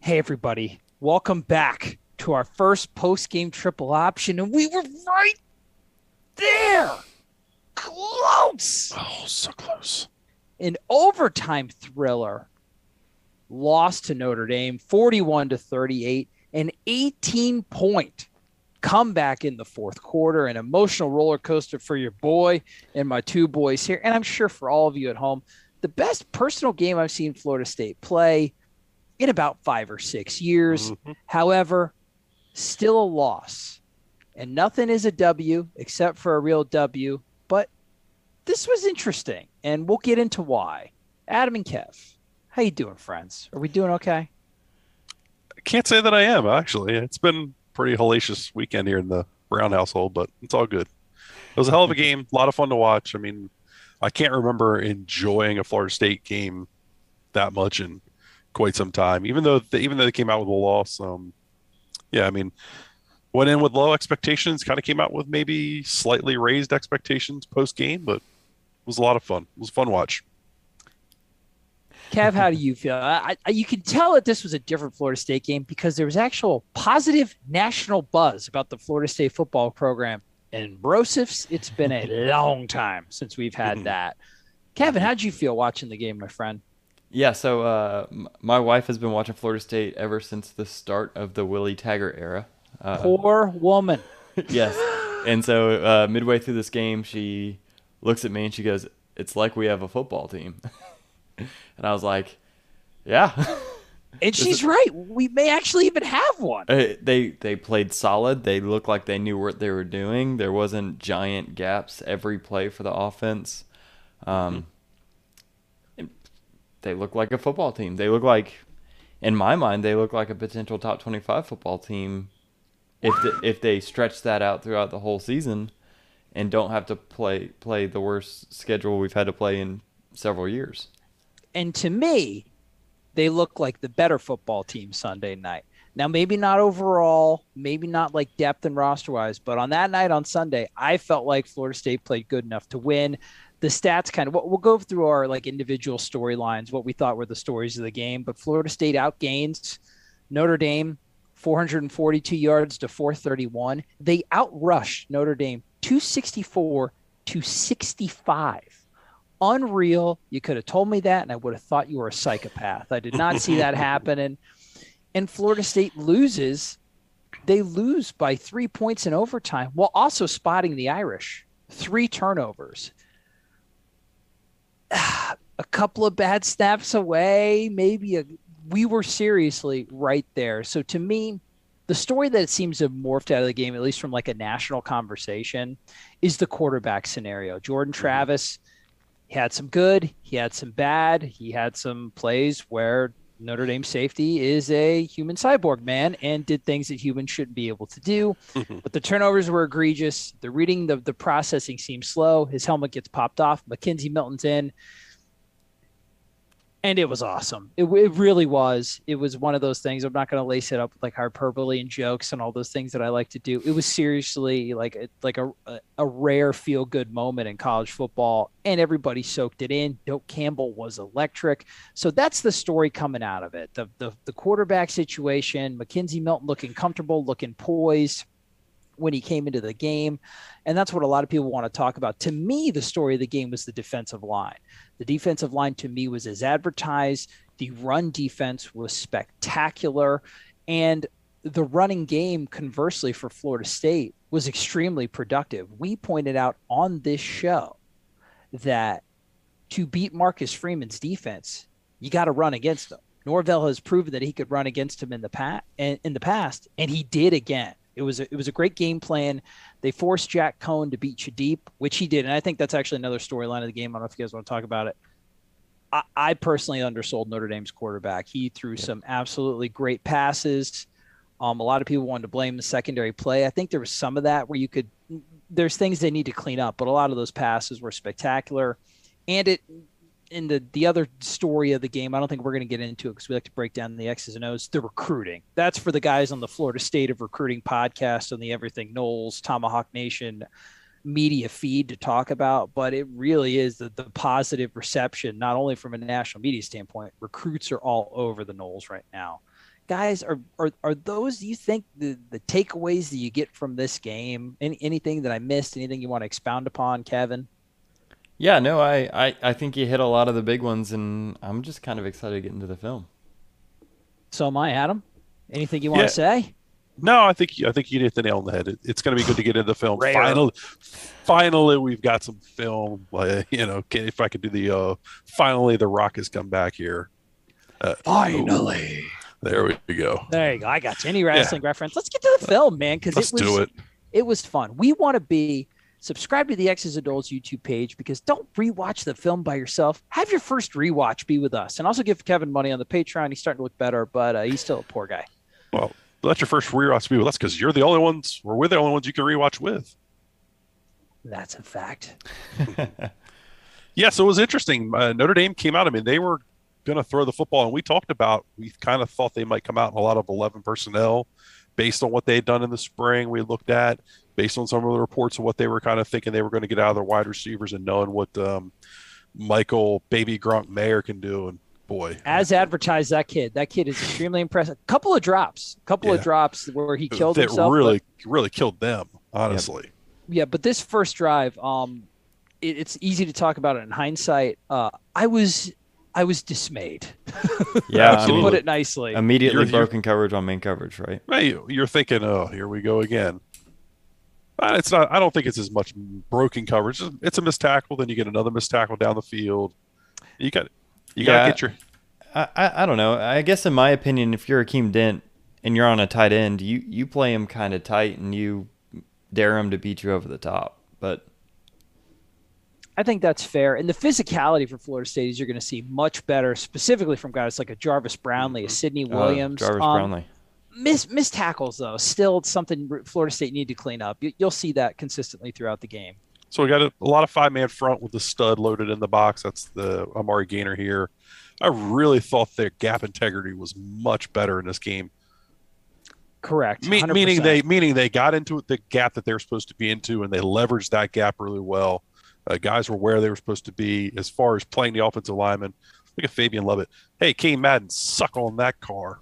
Hey, everybody. Welcome back to our first post game triple option. And we were right there. Close. Oh, so close. An overtime thriller. Lost to Notre Dame 41 to 38, an 18 point comeback in the fourth quarter, an emotional roller coaster for your boy and my two boys here. And I'm sure for all of you at home, the best personal game I've seen Florida State play in about five or six years. Mhm. However, still a loss. And nothing is a W except for a real W. But this was interesting, and we'll get into why. Adam and Kev, how you doing, friends? Are we doing okay? I can't say that I am actually. It's been pretty hellacious weekend here in the Brown household, but it's all good. It was a hell of a game, a lot of fun to watch. I mean, I can't remember enjoying a Florida State game that much in quite some time. Even though they, even though they came out with a loss, um, yeah, I mean, went in with low expectations, kind of came out with maybe slightly raised expectations post game, but it was a lot of fun. It was a fun watch. Kev, how do you feel? I, I, you can tell that this was a different Florida State game because there was actual positive national buzz about the Florida State football program. And Brosifs, it's been a long time since we've had Mhm. that. Kevin, how'd you feel watching the game, my friend? Yeah, so uh, m- my wife has been watching Florida State ever since the start of the Willie Taggart era. Uh, Poor woman. yes. And so uh, midway through this game, she looks at me and she goes, It's like we have a football team. and I was like, Yeah. And she's right. We may actually even have one. Uh, they they played solid. They looked like they knew what they were doing. There wasn't giant gaps every play for the offense. Um, and They look like a football team. They look like, in my mind, they look like a potential top twenty-five football team. If the, if they stretch that out throughout the whole season, and don't have to play play the worst schedule we've had to play in several years. And to me, they look like the better football team Sunday night. Now, maybe not overall, maybe not like depth and roster wise, but on that night on Sunday, I felt like Florida State played good enough to win. The stats kind of, we'll we'll go through our like individual storylines, what we thought were the stories of the game, but Florida State outgains Notre Dame 442 yards to 431. They outrushed Notre Dame 264 to 65 unreal. You could have told me that, and I would have thought you were a psychopath. I did not see that happening. And Florida State loses. They lose by three points in overtime while also spotting the Irish. Three turnovers. a couple of bad snaps away, maybe a we were seriously right there. So to me, the story that seems to have morphed out of the game, at least from like a national conversation, is the quarterback scenario. Jordan Travis, he had some good, he had some bad, he had some plays where Notre Dame safety is a human cyborg man and did things that humans shouldn't be able to do. but the turnovers were egregious. The reading, the, the processing seems slow. His helmet gets popped off. Mackenzie Milton's in. And it was awesome. It, it really was. It was one of those things. I'm not going to lace it up with like hyperbole and jokes and all those things that I like to do. It was seriously like a, like a a- a rare feel good moment in college football, and everybody soaked it in. Doak Campbell was electric. So that's the story coming out of it. The the, the quarterback situation, Mackenzie Milton looking comfortable, looking poised when he came into the game. And that's what a lot of people want to talk about. To me, the story of the game was the defensive line. The defensive line to me was as advertised. The run defense was spectacular. And the running game, conversely, for Florida State was extremely productive. We pointed out on this show that to beat Marcus Freeman's defense, you got to run against them. Norvell has proven that he could run against him in the past, in in the past, and he did again. It was a, it was a great game plan. They forced Jack Cohn to beat Shadeep, which he did, and I think that's actually another storyline of the game. I don't know if you guys want to talk about it. I, I personally undersold Notre Dame's quarterback. He threw some absolutely great passes. Um, a lot of people wanted to blame the secondary play. I think there was some of that where you could. There's things they need to clean up, but a lot of those passes were spectacular, and it. In the the other story of the game, I don't think we're going to get into it because we like to break down the X's and O's. The recruiting that's for the guys on the Florida State of Recruiting podcast on the Everything Knowles Tomahawk Nation media feed to talk about, but it really is the, the positive reception, not only from a national media standpoint. Recruits are all over the Knowles right now guys, are are, are those you think the, the takeaways that you get from this game? Any, anything that I missed? Anything you want to expound upon, Kevin? Yeah, no, I, I, I think you hit a lot of the big ones, and I'm just kind of excited to get into the film. So am I, Adam. Anything you want Yeah. to say? No, I think I think you hit the nail on the head. It, it's going to be good to get into the film. Rare. Finally, finally, we've got some film. Like, you know, can, if I could do the uh, finally, the Rock has come back here. Uh, Finally. there we go. There you go. I got you. Any wrestling reference? Let's get to the film, man, because Let's it was do it. it was fun. We want to be subscribe to the X's Adults YouTube page because don't rewatch the film by yourself. Have your first rewatch be with us, and also give Kevin money on the Patreon. He's starting to look better, but uh, he's still a poor guy. Let your first rewatch be with us because you're the only ones, or we're the only ones you can rewatch with. That's a fact. Yeah, so it was interesting. Uh, Notre Dame came out. I mean, they were going to throw the football, and we talked about we kind of thought they might come out in a lot of eleven personnel, based on what they had done in the spring. We looked at based on some of the reports of what they were kind of thinking they were going to get out of their wide receivers, and knowing what um, Michael Baby Gronk Mayer can do. And boy, As advertised, that kid, that kid is extremely impressive. A couple of drops, a couple of Yeah. drops where he killed that himself. but- really really killed them. Honestly, yeah, but this first drive, um, it, it's easy to talk about it in hindsight. Uh, I was, I was dismayed. Yeah, to Absolutely. put it nicely. immediately You're- you're- broken coverage on main coverage, right? Hey, you're thinking, oh, here we go again. Uh, It's not. I don't think it's as much broken coverage. It's a missed tackle, then you get another missed tackle down the field. You got, you got Yeah. to get your. I, I, I don't know. I guess in my opinion, if you're Akeem Dent and you're on a tight end, you, you play him kind of tight and you dare him to beat you over the top. But I think that's fair. And the physicality for Florida State is you're going to see much better, specifically from guys like a Jarvis Brownlee, a Sidney uh, Williams. Jarvis Um, Brownlee. Miss, miss tackles, though, still something Florida State need to clean up. You, you'll see that consistently throughout the game. So we got a, a lot of five man front with the stud loaded in the box. That's the Amari Gainer here. I really thought their gap integrity was much better in this game. Correct. Me- 100%. meaning they meaning they got into the gap that they were supposed to be into, and they leveraged that gap really well. Uh, guys were where they were supposed to be as far as playing the offensive lineman. Look at Fabian Lovett. Hey, Kane Madden, suck on that car.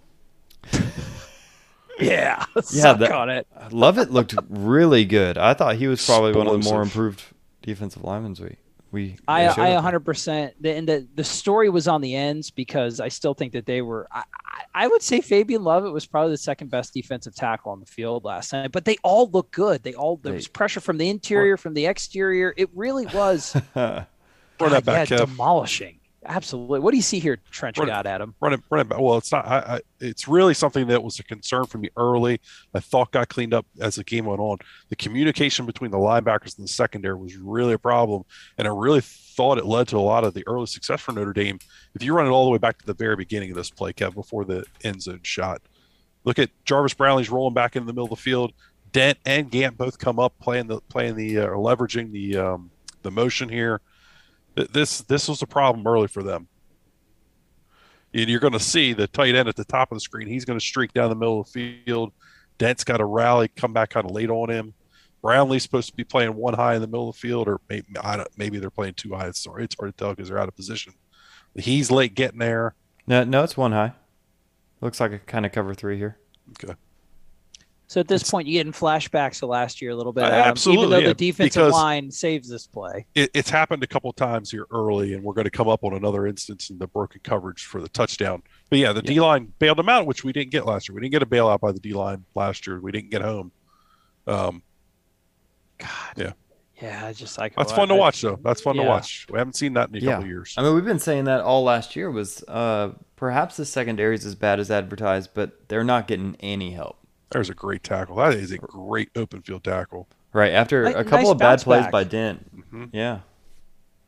yeah, suck that- on it. Lovett looked really good. I thought he was probably one of the Explosive. more improved defensive linemen we we. we I, showed I up. 100%. The, and the, the story was on the ends because I still think that they were. I, I, I would say Fabian Lovett was probably the second best defensive tackle on the field last night, but they all looked good. They all, there They- was pressure from the interior, from the exterior. It really was. Run that back, yeah, Kev. demolishing. Absolutely. What do you see here, Trench Run it. God, Adam? Running, running back. Well, it's not. I, I, it's really something that was a concern for me early. I thought got cleaned up as the game went on. The communication between the linebackers and the secondary was really a problem, and I really thought it led to a lot of the early success for Notre Dame. If you run it all the way back to the very beginning of this play, Kev, before the end zone shot, look at Jarvis Brownlee's rolling back in the middle of the field. Dent and Gant both come up playing the playing the uh, or leveraging the um, the motion here. Th- This this was a problem early for them and you're going to see the tight end at the top of the screen. He's going to streak down the middle of the field. Dent's got a rally, come back kind of late on him. Brownlee's supposed to be playing one high in the middle of the field, or maybe, I don't, maybe they're playing two high. Sorry, it's hard to tell because they're out of position. He's late getting there. no, no, it's one high. Looks like a kind of cover three here. So at this point, you're getting flashbacks to last year a little bit. Uh, Adam, Even absolutely, though yeah, the defensive because- line saves this play. It, it's happened a couple times here early, and we're going to come up on another instance in the broken coverage for the touchdown. But yeah, the D line bailed him out, which we didn't get last year. We didn't get a bailout by the D line last year. We didn't get home. Um, God. Yeah. Yeah, I just like that's fun to I- watch, though. That's fun Yeah. to watch. We haven't seen that in a Yeah. couple of years. I mean, we've been saying that all last year was uh, perhaps the secondary is as bad as advertised, but they're not getting any help. There's a great tackle. That is a great open field tackle. Right after Ni- a couple nice of bad bounce plays back. by Dent. Mhm. Yeah,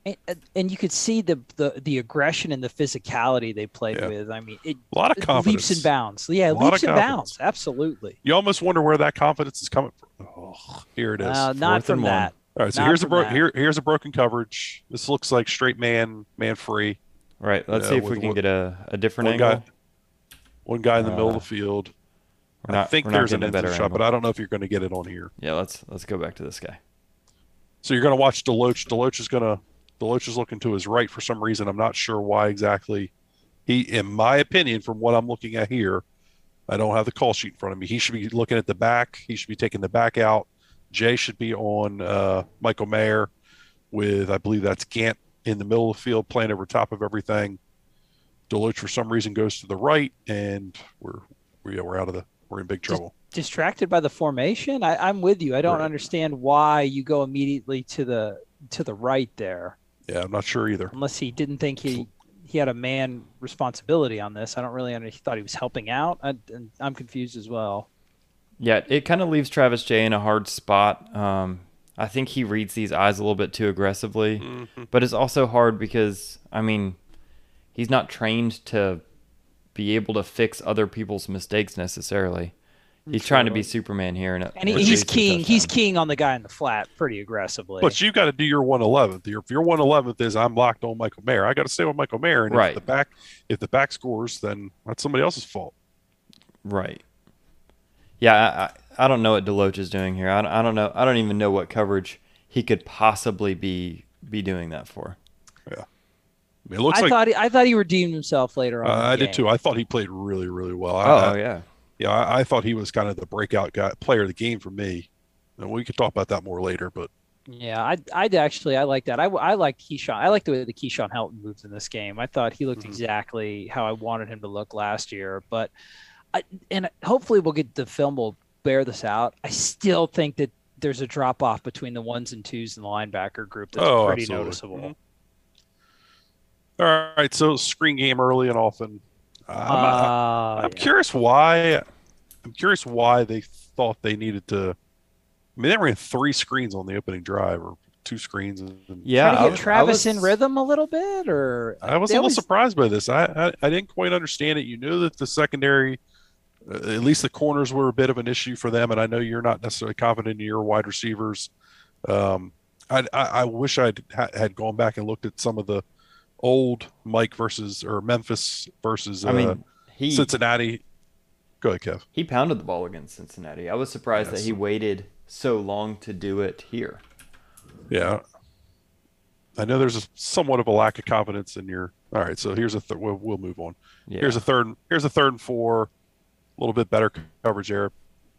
And, uh, and you could see the, the the aggression and the physicality they played Yeah. with. I mean, it A lot of confidence. leaps and bounds. Yeah, A lot leaps of and confidence. bounds. Absolutely. You almost wonder where that confidence is coming from. Oh, here it is. Uh, Fourth not and from one. that. All right, so not here's a from bro- that. here here's a broken coverage. This looks like straight man, man free. right. Let's Yeah, see if with we can one- get a, a different One angle. guy, one guy in the middle of Uh, the field. We're not- I think we're not there's an getting a end better shot, angle. but I don't know if you're going to get it on here. Yeah, let's let's go back to this guy. So you're going to watch Deloach. Deloach is going to Deloach is looking to his right for some reason. I'm not sure why exactly. He, in my opinion, from what I'm looking at here, I don't have the call sheet in front of me. He should be looking at the back. He should be taking the back out. Jay should be on uh, Michael Mayer with, I believe that's Gant in the middle of the field playing over top of everything. Deloach for some reason goes to the right, and we're we're, yeah, we're out of the we're in big trouble. Distracted by the formation, I, I'm with you. I don't Right. understand why you go immediately to the to the right there, Yeah, I'm not sure either. unless he didn't think he he had a man responsibility on this. I don't really under, he thought he was helping out. I, and I'm confused as well. Yeah, it kind of leaves Travis Jay in a hard spot. Um, I think he reads these eyes a little bit too aggressively, but it's also hard because I mean, he's not trained to be able to fix other people's mistakes necessarily. He's trying to be Superman here, and, uh, it- And he, it leads he's to keying he's touchdown. keying on the guy in the flat pretty aggressively. But you got to do your one eleventh. Your if your one eleventh is I'm locked on Michael Mayer, I got to stay on Michael Mayer. And Right. if the back if the back scores, then that's somebody else's fault. right. Yeah, I, I, I don't know what Deloach is doing here. I, don't- I don't know. I don't even know what coverage he could possibly be be doing that for. I mean, it looks I like thought he, I thought he redeemed himself later on. uh, in the I did game. too. I thought he played really really well. I, Oh I- yeah, yeah, I, I thought he was kind of the breakout guy player of the game for me. And we could talk about that more later, but Yeah, I I'd actually I like that. I I liked Keyshawn. I like the way the Keyshawn Helton moved in this game. I thought he looked Mhm. exactly how I wanted him to look last year. But I and hopefully we'll get the film will bear this out. I still think that there's a drop off between the ones and twos in the linebacker group that's Oh, pretty absolutely. noticeable. Mhm. all right. So screen game early and often. Uh, I'm not- Oh, Uh, I'm yeah. curious why. I'm curious why they thought they needed to. I mean, they ran three screens on the opening drive, or two screens. And, and yeah. Trying to I get was- I Travis in was- rhythm a little bit, or I was a they little always- surprised by this. I, I I didn't quite understand it. You knew that the secondary, uh, at least the corners, were a bit of an issue for them, and I know you're not necessarily confident in your wide receivers. Um, I I, I wish I ha- had gone back and looked at some of the old Mike versus or Memphis versus uh, I mean, he Cincinnati. Go ahead, Kev. He pounded the ball against Cincinnati. I was surprised Yes. that he waited so long to do it here. Yeah. I know there's a, somewhat of a lack of confidence in your. All right, so here's a th- we'll, we'll move on. Yeah, Here's a third. Here's a third and four. A little bit better coverage there.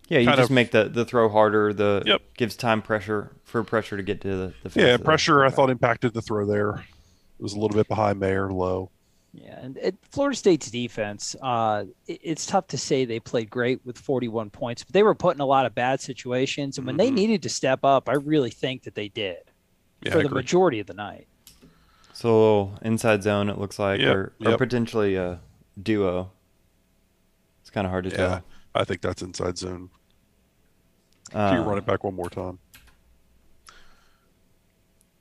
yeah you kind just of- make the, the throw harder, the Yep. gives time pressure for pressure to get to the, the face Yeah, of the pressure I quarterback. thought impacted the throw there. It was a little bit behind Mayer, low. Yeah, and it, Florida State's defense, uh, it, it's tough to say they played great with 41 points, but they were put in a lot of bad situations. And when they Mhm. needed to step up, I really think that they did Yeah, for I the agree. majority of the night. So a little inside zone it looks like Yep, or, or yep. potentially a duo. It's kind of hard to yeah, I think that's inside zone. tell. Can you Uh, run it back one more time?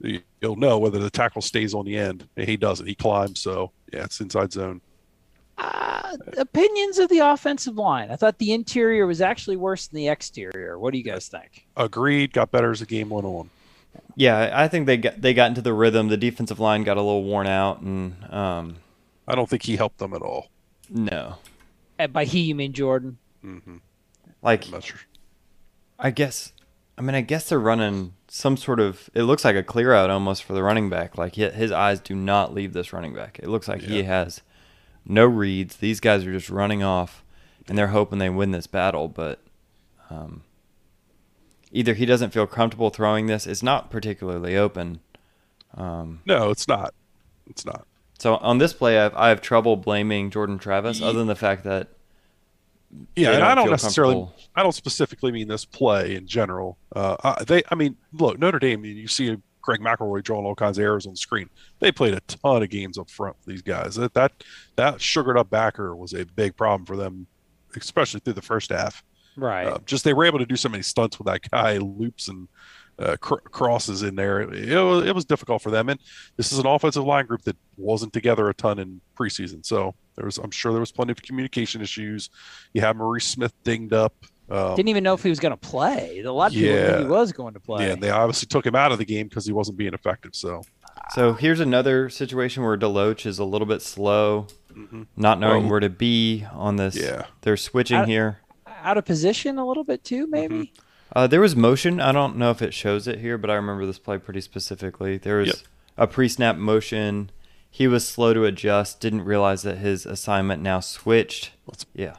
You- You'll know whether the tackle stays on the end. He doesn't. He climbs, so yeah, it's inside zone. Uh, opinions of the offensive line. I thought the interior was actually worse than the exterior. What do you guys think? Agreed. Got better as the game went on. Yeah, I think they got they got into the rhythm. The defensive line got a little worn out and um I don't think he helped them at all. no. And by he, you mean Jordan? Mm-hmm. Like I'm not sure. I guess. I mean, I guess they're running some sort of. It looks like a clear out almost for the running back. Like hi- his eyes do not leave this running back. It looks like he Yeah. has no reads. These guys are just running off, and they're hoping they win this battle. But um, either he doesn't feel comfortable throwing this. It's not particularly open. Um, No, it's not. It's not. so on this play, I have, I have trouble blaming Jordan Travis, Ye- other than the fact that Yeah, they and I don't feel necessarily. comfortable. I don't specifically mean this play in general. Uh, I- they, I mean, look, Notre Dame. You see Greg McElroy drawing all kinds of arrows on the screen. They played a ton of games up front. For these guys. That that that sugared up backer was a big problem for them, especially through the first half. Right. Uh, just they were able to do so many stunts with that guy, loops and uh, cr- crosses in there. It, was, it was difficult for them. And this is an offensive line group that wasn't together a ton in preseason. So there was, I'm sure there was plenty of communication issues. You had Maurice Smith dinged up. Um, Didn't even know if he was going to play. A lot of people Yeah. knew he was going to play. yeah, and they obviously took him out of the game because he wasn't being effective. So So here's another situation where Deloach is a little bit slow. not knowing Well- where to be on this. Yeah. They're switching I- here. Out of position a little bit too, Mm-hmm. maybe. Uh, there was motion. I don't know if it shows it here, but I remember this play pretty specifically. There was Yep. a pre snap motion. He was slow to adjust, didn't realize that his assignment now switched. Let's- yeah.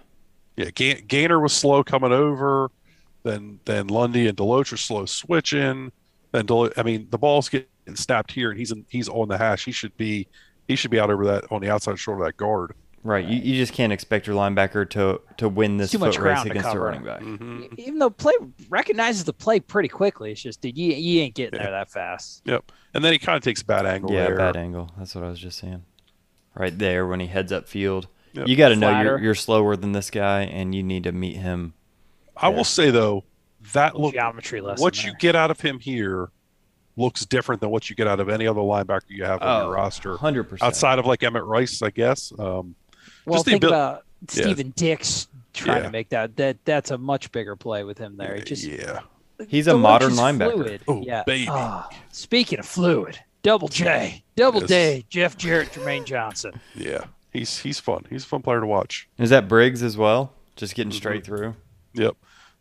yeah, Ga- Gainer was slow coming over. Then then Lundy and Deloach are slow switching. Then Delo- I mean, the ball's getting snapped here, and he's in, he's on the hash. He should be he should be out over that on the outside shoulder of that guard. Right. You, you just can't expect your linebacker to to win this Too much foot race ground to against a cover. running back. Mm-hmm. E-, Even though play recognizes the play pretty quickly, it's just dude, you, you ain't getting Yeah. there that fast. Yep. And then he kind of takes a bad angle Yeah, there. bad angle. That's what I was just saying. Right there when he heads up field. Yep. You got to know you're, Flatter. you're slower than this guy and you need to meet him. I will say though, that look Geometry lesson. what there. you get out of him here looks different than what you get out of any other linebacker you have on your roster 100%. outside of like Emmett Rice, I guess. Um, Well, Just the think abil- about Yeah. Stephen Dix trying Yeah. to make that. That that's a much bigger play with him there. It just yeah, He's a Deloach modern is linebacker. Fluid. Oh, yeah. baby. Ah, speaking of fluid, double J, double Yes. J, Jeff Jarrett, Jermaine Johnson. yeah. He's he's fun. He's a fun player to watch. Is that Briggs as well? Just Mm-hmm. getting straight through. Yep.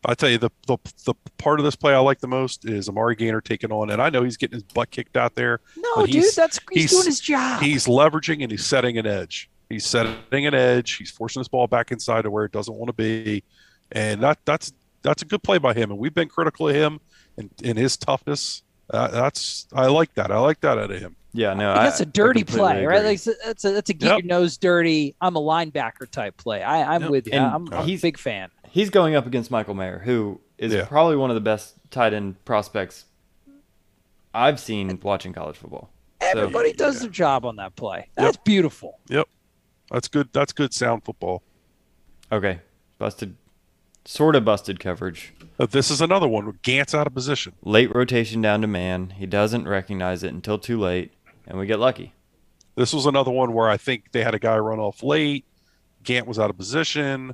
I tell you the, the the part of this play I like the most is Amari Gainer taking on, and I know he's getting his butt kicked out there. No, But dude, he's- that's he's, he's- doing his job. He's leveraging and he's setting an edge. He's setting an edge. He's forcing this ball back inside to where it doesn't want to be, and that that's that's a good play by him. And we've been critical of him and in his toughness. Uh, that's I like that. I like that out of him. Yeah, no. I- that's a I dirty completely play, right? agree. Like it's a- that's a that's a get Yep. your nose dirty. I'm a linebacker type play. I, I'm Yep. with you. And I'm, I'm a he's- big fan. he's going up against Michael Mayer, who is Yeah. probably one of the best tight end prospects I've seen watching college football. Everybody does yeah. their job on that play. That's beautiful. That's good. That's good sound football. Okay, busted, sort of busted coverage. Uh, this is another one. where Gant's out of position. Late rotation down to man. He doesn't recognize it until too late, and we get lucky. This was another one where I think they had a guy run off late. Gant was out of position.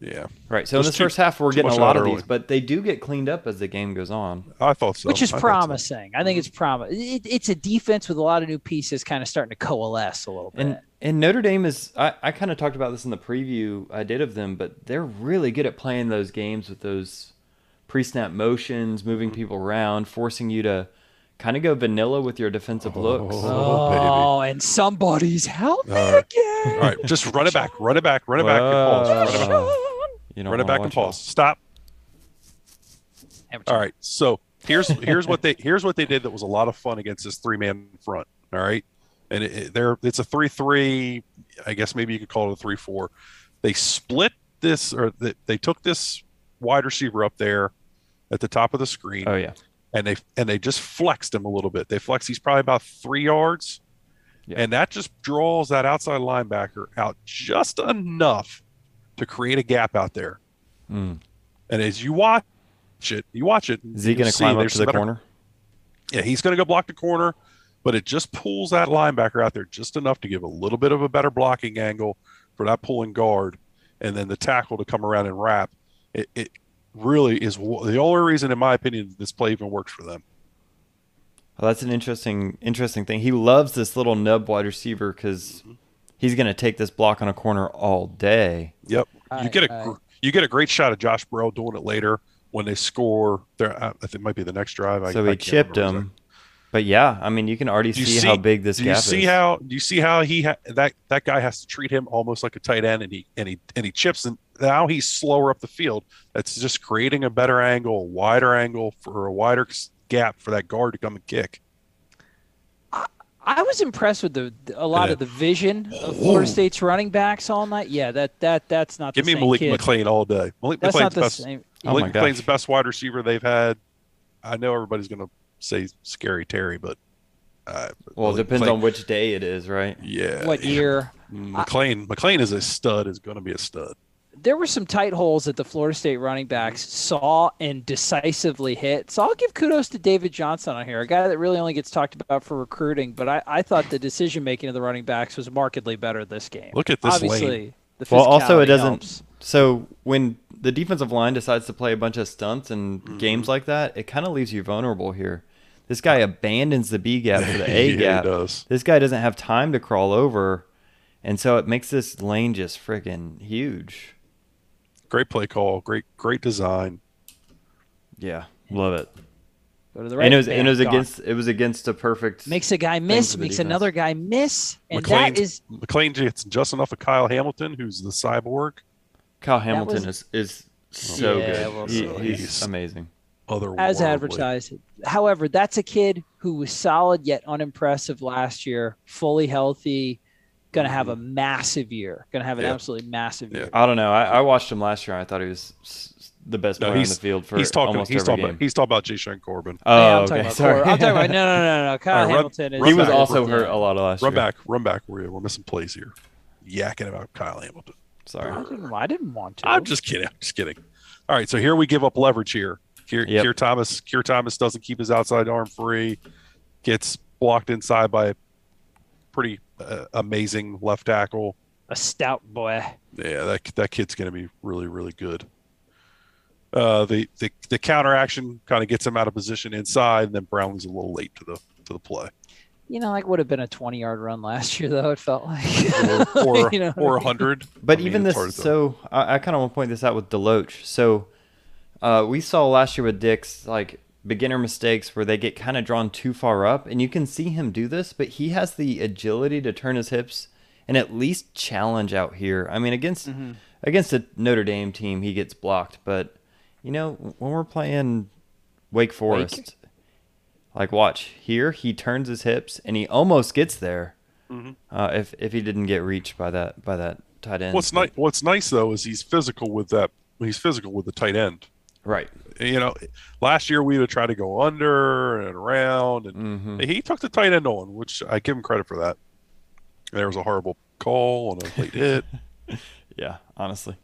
Yeah, Right. So in Just this too- first half, we're too getting a much lot out of early. these, but they do get cleaned up as the game goes on. I thought so. Which is I thought so. promising. I think it's promising. It, it's a defense with a lot of new pieces kind of starting to coalesce a little bit. And and Notre Dame is I, I kind of talked about this in the preview I did of them, but they're really good at playing those games with those pre-snap motions, moving people around, forcing you to kind of go vanilla with your defensive looks. Oh, baby. Oh, and somebody's help me All right. again. All right, just run it back, run it back, run it back, and pause. Wow. Run it back, You run it back and pause. Stop. All right. So here's here's what they here's what they did that was a lot of fun against this three man front. All right, and it, it, they're it's a three three. I guess maybe you could call it a three four. They split this or they, they took this wide receiver up there at the top of the screen Oh yeah. and they and they just flexed him a little bit. They flexed he's probably about three yards, Yeah. and that just draws that outside linebacker out just enough to create a gap out there. Mm. And as you watch it, you watch it. Is he you'll going to see climb up there's to the better- corner? Yeah, he's going to go block the corner, but it just pulls that linebacker out there just enough to give a little bit of a better blocking angle for that pulling guard, and then the tackle to come around and wrap. It, it really is wh- the only reason, in my opinion, this play even works for them. Well, Oh, that's an interesting interesting thing. He loves this little nub wide receiver because he's going to take this block on a corner all day. Yep. All you right, get a all gr- right. you get a great shot of Josh Burrow doing it later when they score. There, I I think it might be the next drive. I, so I he can't chipped remember him. But yeah, I mean, you can already Do see, you how see- big this exactly. Do you gap is. see how do you see how he ha- that that guy has to treat him almost like a tight end and he and he and he chips and now he's slower up the field. That's just creating a better angle, a wider angle for a wider s- gap for that guard to come and kick. I was impressed with the a lot Yeah. of the vision of Whoa. Florida State's running backs all night. Yeah, that that that's not Give the me same Malik kid. McLean all day. Malik That's not McLean's the best. same. Oh my Malik McLean's gosh. the best wide receiver they've had. I know everybody's going to say scary Terry, but uh, Well, it Malik depends McLean- on which day it is, right? Yeah. What year? McLean McLean is a stud, is gonna be a stud. There were some tight holes that the Florida State running backs saw and decisively hit. So I'll give kudos to David Johnson on here, a guy that really only gets talked about for recruiting. But I, I thought the decision making of the running backs was markedly better this game. Look at this Obviously, lane. the Well, also it physicality doesn't. helps. So when the defensive line decides to play a bunch of stunts and games like that, it kind of leaves you vulnerable here. This guy abandons the B gap for the Yeah, A he gap. does. This guy doesn't have time to crawl over, and so it makes this lane just freaking huge. Great play call, great great design. Yeah, love it. Go to the and right it was and back, it was Doc. against it was against a perfect. makes a guy miss, for the makes defense. another guy miss, and McLean that is McLean gets just enough of Kyle Hamilton, who's the cyborg, Kyle Hamilton was- is is so Yeah, good. well, He- so he's he's- amazing. Otherworldly. as advertised. However, that's a kid who was solid yet unimpressive last year, fully healthy, going to have a massive year, going to have an Mm-hmm. Yeah. absolutely massive Yeah. year. I don't know. I, I watched him last year. and I thought he was s- s- the best No, player on the he's- field for He's talking. almost He's every talking. game. About, he's talking about G. Shane Corbin. Hey, oh, I'm talking okay. about Sorry. Cor- I'm talking about no, no, no, no. Kyle All right, run- Hamilton is run he was back. also Yeah. hurt a lot of last Run year. back. Run back. We're we're missing plays here. Yakking about Kyle Hamilton. I Sorry. didn't, I didn't want to. I'm just kidding. I'm just kidding. All right, so here we give up leverage here. Kier, Yep. Kier Thomas, Kier Thomas doesn't keep his outside arm free, gets blocked inside by a pretty uh, amazing left tackle. a stout boy. Yeah, that that kid's going to be really really good. Uh, the the the counter action kind of gets him out of position inside, and then Brownlee's a little late to the to the play, You know, like would have been a 20 yard run last year, though, it felt like. or You know what or I a hundred. But I mean, even it's this, hard to- so I, I kind of want to point this out with Deloach. So uh, we saw last year with Dix, like beginner mistakes where they get kind of drawn too far up, and you can see him do this, but he has the agility to turn his hips and at least challenge out here. I mean, against Mm-hmm. against a Notre Dame team, he gets blocked, but you know when we're playing Wake Forest, like watch here, he turns his hips and he almost gets there. Uh, if if he didn't get reached by that by that tight end, what's nice what's nice though is he's physical with that he's physical with the tight end. Right. you know, last year we would try to go under and around, and Mm-hmm. he took the tight end on, which I give him credit for that. There was a horrible call on a late hit. Yeah, honestly.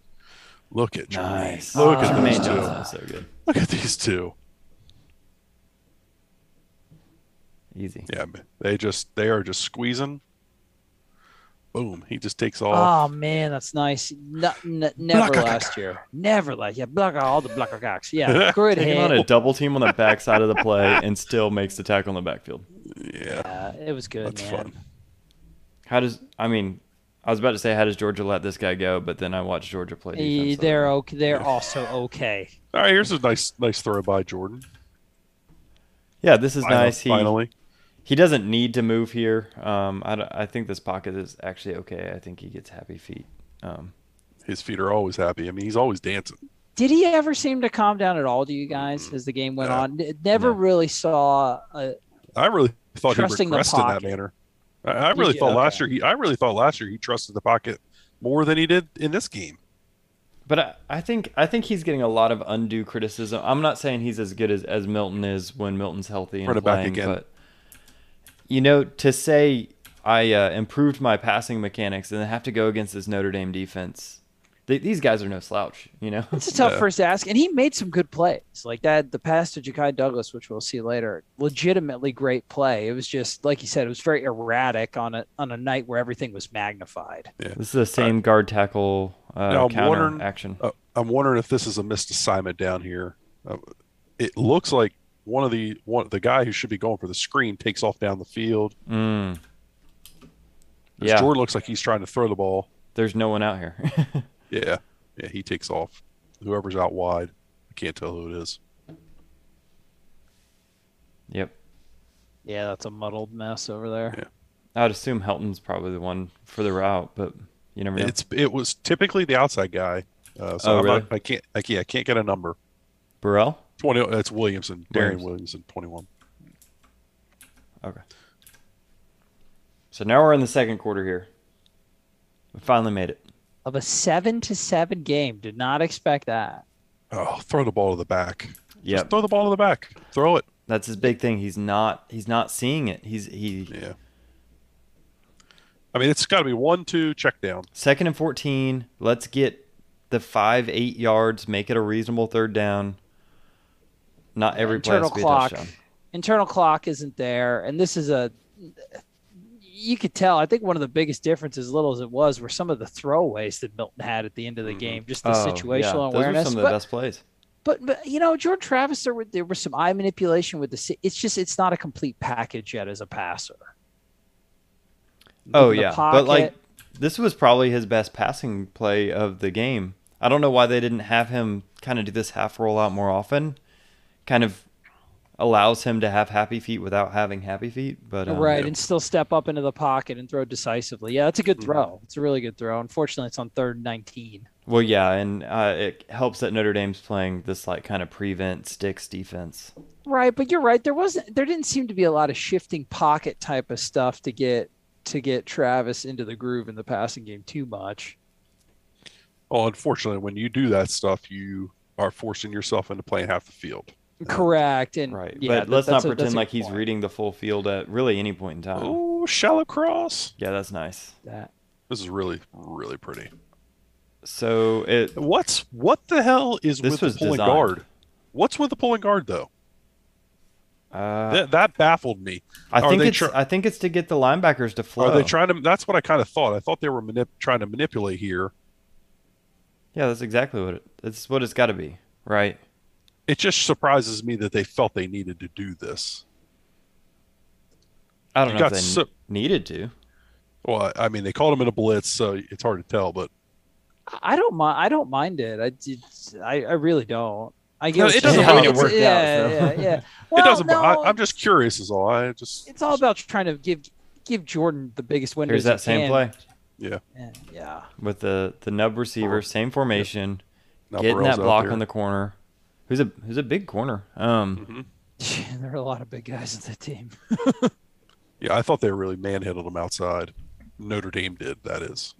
Look at Nice. Look at Jermaine these two. Johnson was so good. Look at these two. Easy. Yeah, man. they just they are just squeezing. Boom! He just takes off. Oh, man, that's nice. No, n- never Blackout. last year. Never last year. Block all the blocker cocks. Yeah, good Taking on hit. a double team on the backside of the play and still makes the tackle in the backfield. yeah, Uh, it was good, that's man. fun. How does I mean? I was about to say how does Georgia let this guy go, but then I watched Georgia play Eh, defense. They're okay. They're also okay. All right, here's a nice nice throw by Jordan. yeah, this is Final- nice. He Finally, he doesn't need to move here. Um, I, don't- I think this pocket is actually okay. I think he gets happy feet. Um, his feet are always happy. I mean, he's always dancing. Did he ever seem to calm down at all? Do you guys, as the game went No. on, N- never No. really saw. A, I really thought Trusting he the regressed in that pocket. manner. I, I Did really you? thought Okay. last year he I really thought last year he trusted the pocket more than he did in this game. But I, I think I think he's getting a lot of undue criticism. I'm not saying he's as good as, as Milton is when Milton's healthy and Run it back playing, again. but you know, to say I uh, improved my passing mechanics and then have to go against this Notre Dame defense, th- these guys are no slouch. You know, it's a tough Yeah. first ask, and he made some good plays like that. The pass to Ja'Kai Douglas, which we'll see later, legitimately great play. It was just like you said, it was very erratic on a on a night where everything was magnified. this is the same guard tackle Now, uh, I'm counter wondering- action. Uh, I'm wondering if this is a missed assignment down here. Uh, it looks like one of the one the guy who should be going for the screen takes off down the field. Mm. 'Cause Yeah, Jordan looks like he's trying to throw the ball. there's no one out here. Yeah, yeah, he takes off. Whoever's out wide, I can't tell who it is. yep, Yeah, that's a muddled mess over there. Yeah. I'd assume Helton's probably the one for the route, but you never know. It's it was typically the outside guy. Uh, so Oh, I'm not- really? I can't I can't I can't get a number. Burrell. Twenty. uh, That's Williamson. Darren Williams. Williamson. Twenty-one. Okay. So now we're in the second quarter here. We finally made it. Of a seven to seven game, did not expect that. Oh, throw the ball to the back. Just Yep. throw the ball to the back. Throw it. That's his big thing. He's not he's not seeing it. He's he Yeah. I mean, it's got to be one, two, check down. second and 14. Let's get the 5 8 yards, make it a reasonable third down. Not every play has internal to be a clock touchdown. internal clock isn't there and this is a you could tell i think one of the biggest differences little as it was were some of the throwaways that milton had at the end of the game just the Oh, yeah. situational Those are awareness some of the but, best plays. but but you know george travis there were there was some eye manipulation with the si- it's just it's not a complete package yet as a passer Oh in the yeah, but like pocket. this was probably his best passing play of the game. I don't know why they didn't have him kind of do this half rollout more often. Kind of allows him to have happy feet without having happy feet, but um, right yeah. and still step up Mm-hmm. into the pocket and throw decisively yeah that's a good throw it's a really good throw unfortunately it's on third and 19 Well, yeah, and uh, it helps that Notre Dame's playing this like kind of prevent sticks defense. Right, but you're right. There wasn't there didn't seem to be a lot of shifting pocket type of stuff to get to get Travis into the groove in the passing game too much. Well, unfortunately, when you do that stuff, you are forcing yourself into playing half the field. Correct. And Right. yeah, but let's that- not that's a- that's pretend a like good he's point. reading the full field at really any point in time. Oh, shallow cross. Yeah, that's nice. that. This is really, really pretty. So it What's what the hell is This with was the pulling designed. guard? What's with the pulling guard though? uh, that, that baffled me. I Are think they it's tr- I think it's to get the linebackers to flow. Are they trying to? That's what I kind of thought. I thought they were manip- trying to manipulate here. yeah, that's exactly what it, that's what it's got to be, right? It just surprises me that they felt they needed to do this. I don't You know if got they so- needed to. Well, I mean, they called him in a blitz, so it's hard to tell. But I don't mind. I don't mind it. I did. I, I really don't. I No, guess it doesn't really work out, Yeah, so. yeah, yeah. Well, it doesn't. No, I, I'm just curious, is all. I just it's all about trying to give give Jordan the biggest window. Here's that same play play. Yeah. with the the nub receiver, same formation, now getting Burrell's that out block there. on the corner. Who's a who's a big corner? Um, Mm-hmm. there are a lot of big guys on the team. Yeah, I thought they really manhandled him outside. Notre Dame did. That is.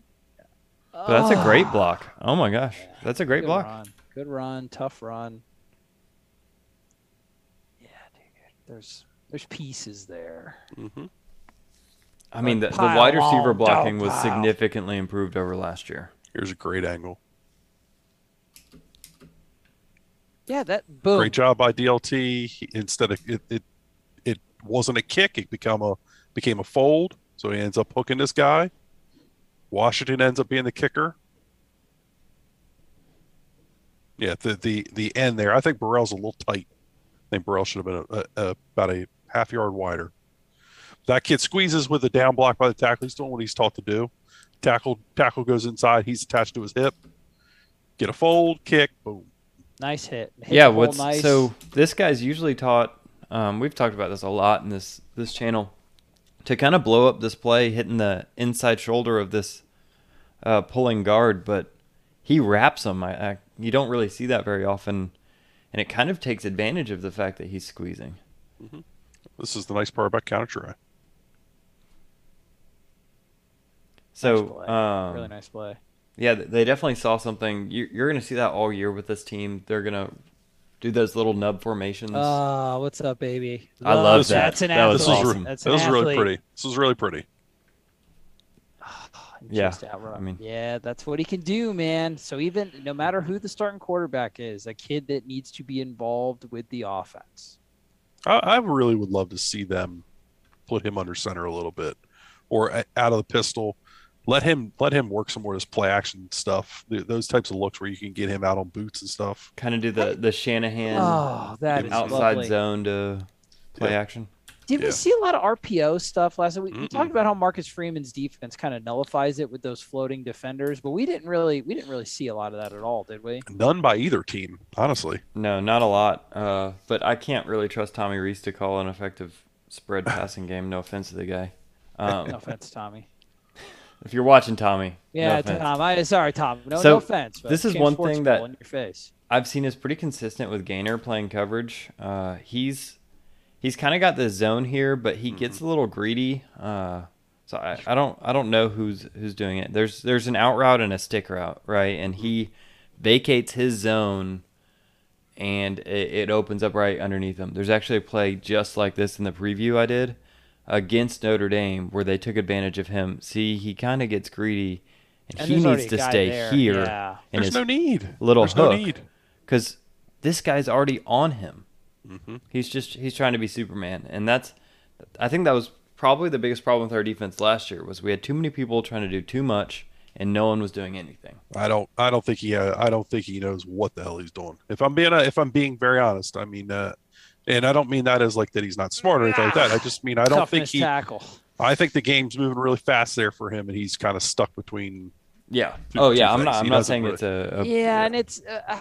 but that's a great block. Oh my gosh, that's a Ah, great Good block. Run. Good run, tough run. Yeah, dude. There's there's pieces there. I mean, the, the Pile wide receiver on, blocking dog was pile. significantly improved over last year. Here's a great angle. Yeah, that boom. Great job by DLT. He- Instead of it, it, it wasn't a kick. It become a became a fold. So he ends up hooking this guy. Washington ends up being the kicker. Yeah, the the the end there. I think Burrell's a little tight. I think Burrell should have been a, a, a, about a half yard wider. That kid squeezes with a down block by the tackle. He's doing what he's taught to do. Tackle tackle goes inside. He's attached to his hip. Get a fold kick. Boom. Nice hit. Hit yeah, the hole what's nice. so this guy's usually taught. Um, we've talked about this a lot in this this channel to kind of blow up this play, hitting the inside shoulder of this uh, pulling guard, but he wraps him. I, I you don't really see that very often, and it kind of takes advantage of the fact that he's squeezing. This is the nice part about counter try. Nice So play. um, really nice play. Yeah, th- they definitely saw something. You- You're going to see that all year with this team. They're going to do those little nub formations. Ah, what's up, baby? I love that. That's an That athlete. was This awesome. is re- That's this an is really athlete. Ah, pretty. This is really pretty. Yeah, Just outright. I mean- yeah, that's what he can do, man. So even no matter who the starting quarterback is, a kid that needs to be involved with the offense. I, I really would love to see them put him under center a little bit, or a- out of the pistol. Let him let him work some more of this play action stuff. Th- Those types of looks where you can get him out on boots and stuff. Kind of do the, the Shanahan oh, that is Give him outside lovely. zone to play Yeah. action. Did Yeah. we see a lot of RPO stuff last week? We talked Mm-mm. about how Marcus Freeman's defense kind of nullifies it with those floating defenders, but we didn't really we didn't really see a lot of that at all, did we? None by either team, honestly. No, not a lot. Uh, but I can't really trust Tommy Reese to call an effective spread passing game. No offense to the guy. Um, No offense, Tommy. If you're watching Tommy, no Yeah, offense. Tom. I sorry, Tom. No, So, no offense. but this is James one Ford's thing that- ball in your face. I've seen is pretty consistent with Gainer playing coverage. Uh, he's he's kind of got the zone here, but he gets a little greedy. Uh, so I, I don't I don't know who's who's doing it. There's there's an out route and a stick route, right? And he vacates his zone, and it, it opens up right underneath him. There's actually a play just like this in the preview I did against Notre Dame where they took advantage of him. See, he kind of gets greedy, and, And he there's already needs a to guy stay there, here. yeah. And There's his no need. little There's hook no need. because this guy's already on him. Mm-hmm. He's just he's trying to be Superman, and that's I think that was probably the biggest problem with our defense last year was we had too many people trying to do too much, and no one was doing anything. I don't. I don't think he. Uh, I don't think he knows what the hell he's doing. If I'm being. uh, If I'm being very honest, I mean, uh, and I don't mean that as like that he's not smart or anything like that. I just mean I don't think Toughness he. tackle. I think the game's moving really fast there for him, and he's kind of stuck between. Yeah. Two- oh two yeah. I'm things. not. He I'm not doesn't saying really- it's a, a Yeah, and it's uh,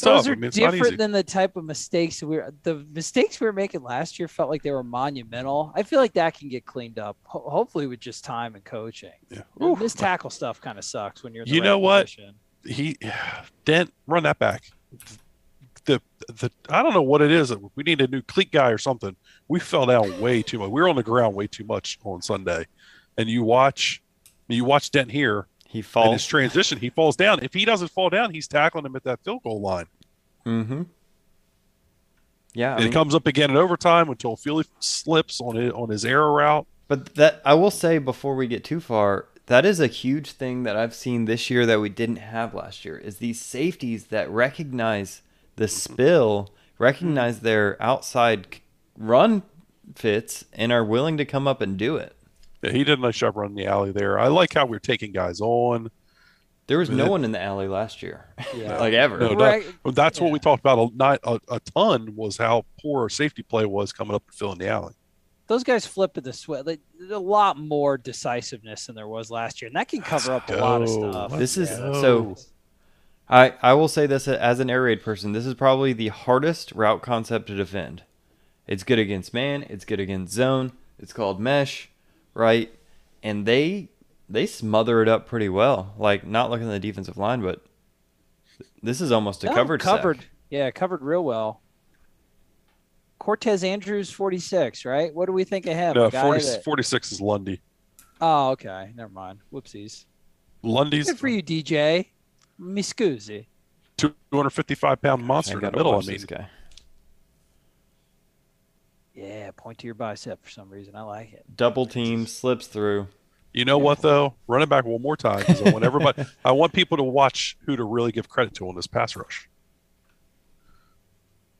those tough. I are mean, it's not easy. different than the type of mistakes we were. The mistakes we were making last year felt like they were monumental. I feel like that can get cleaned up, ho- hopefully with just time and coaching. Yeah. This tackle stuff kind of sucks when you're. In the You right know what? Position. he Dent run that back. The the I don't know what it is. We need a new cleat guy or something. We fell down way too much. We were on the ground way too much on Sunday, and you watch you watch Dent here He in falls. his transition. He falls down. If he doesn't fall down, he's tackling him at that field goal line. Mm-hmm. Yeah, I it mean, comes up again in overtime until Philly slips on it on his error route. but that I will say before we get too far, that is a huge thing that I've seen this year that we didn't have last year is these safeties that recognize the spill, recognize Hmm. their outside c- run fits, and are willing to come up and do it. Yeah, he did a nice job running the alley there. I like how we're taking guys on. There was no Really? one in the alley last year, Yeah. like ever. No, Right. that- that's what Yeah. we talked about a, not a, a ton was how poor our safety play was coming up and filling the alley. Those guys flip at the sweat. Like, there's a lot more decisiveness than there was last year, and that can cover up a lot of go. stuff. This is Yeah. so. I I will say this as an air raid person. This is probably the hardest route concept to defend. It's good against man. It's good against zone. It's called mesh, right? And they they smother it up pretty well. Like not looking at the defensive line, but this is almost a No, covered sack. Oh, covered. Yeah, covered real well. Cortez Andrews, 46, right? What do we think of him? A No, guy 40, that- 46 is Lundy. Oh, okay. Never mind. Whoopsies. Lundy's Good for you, DJ. Mi scusi. 255 pound I monster in the gotta middle. I watch mean, this guy. Yeah, point to your bicep for some reason. I like it. Double team slips through. you know what though? Run it back one more time 'cause I want everybody. I want people to watch who to really give credit to on this pass rush.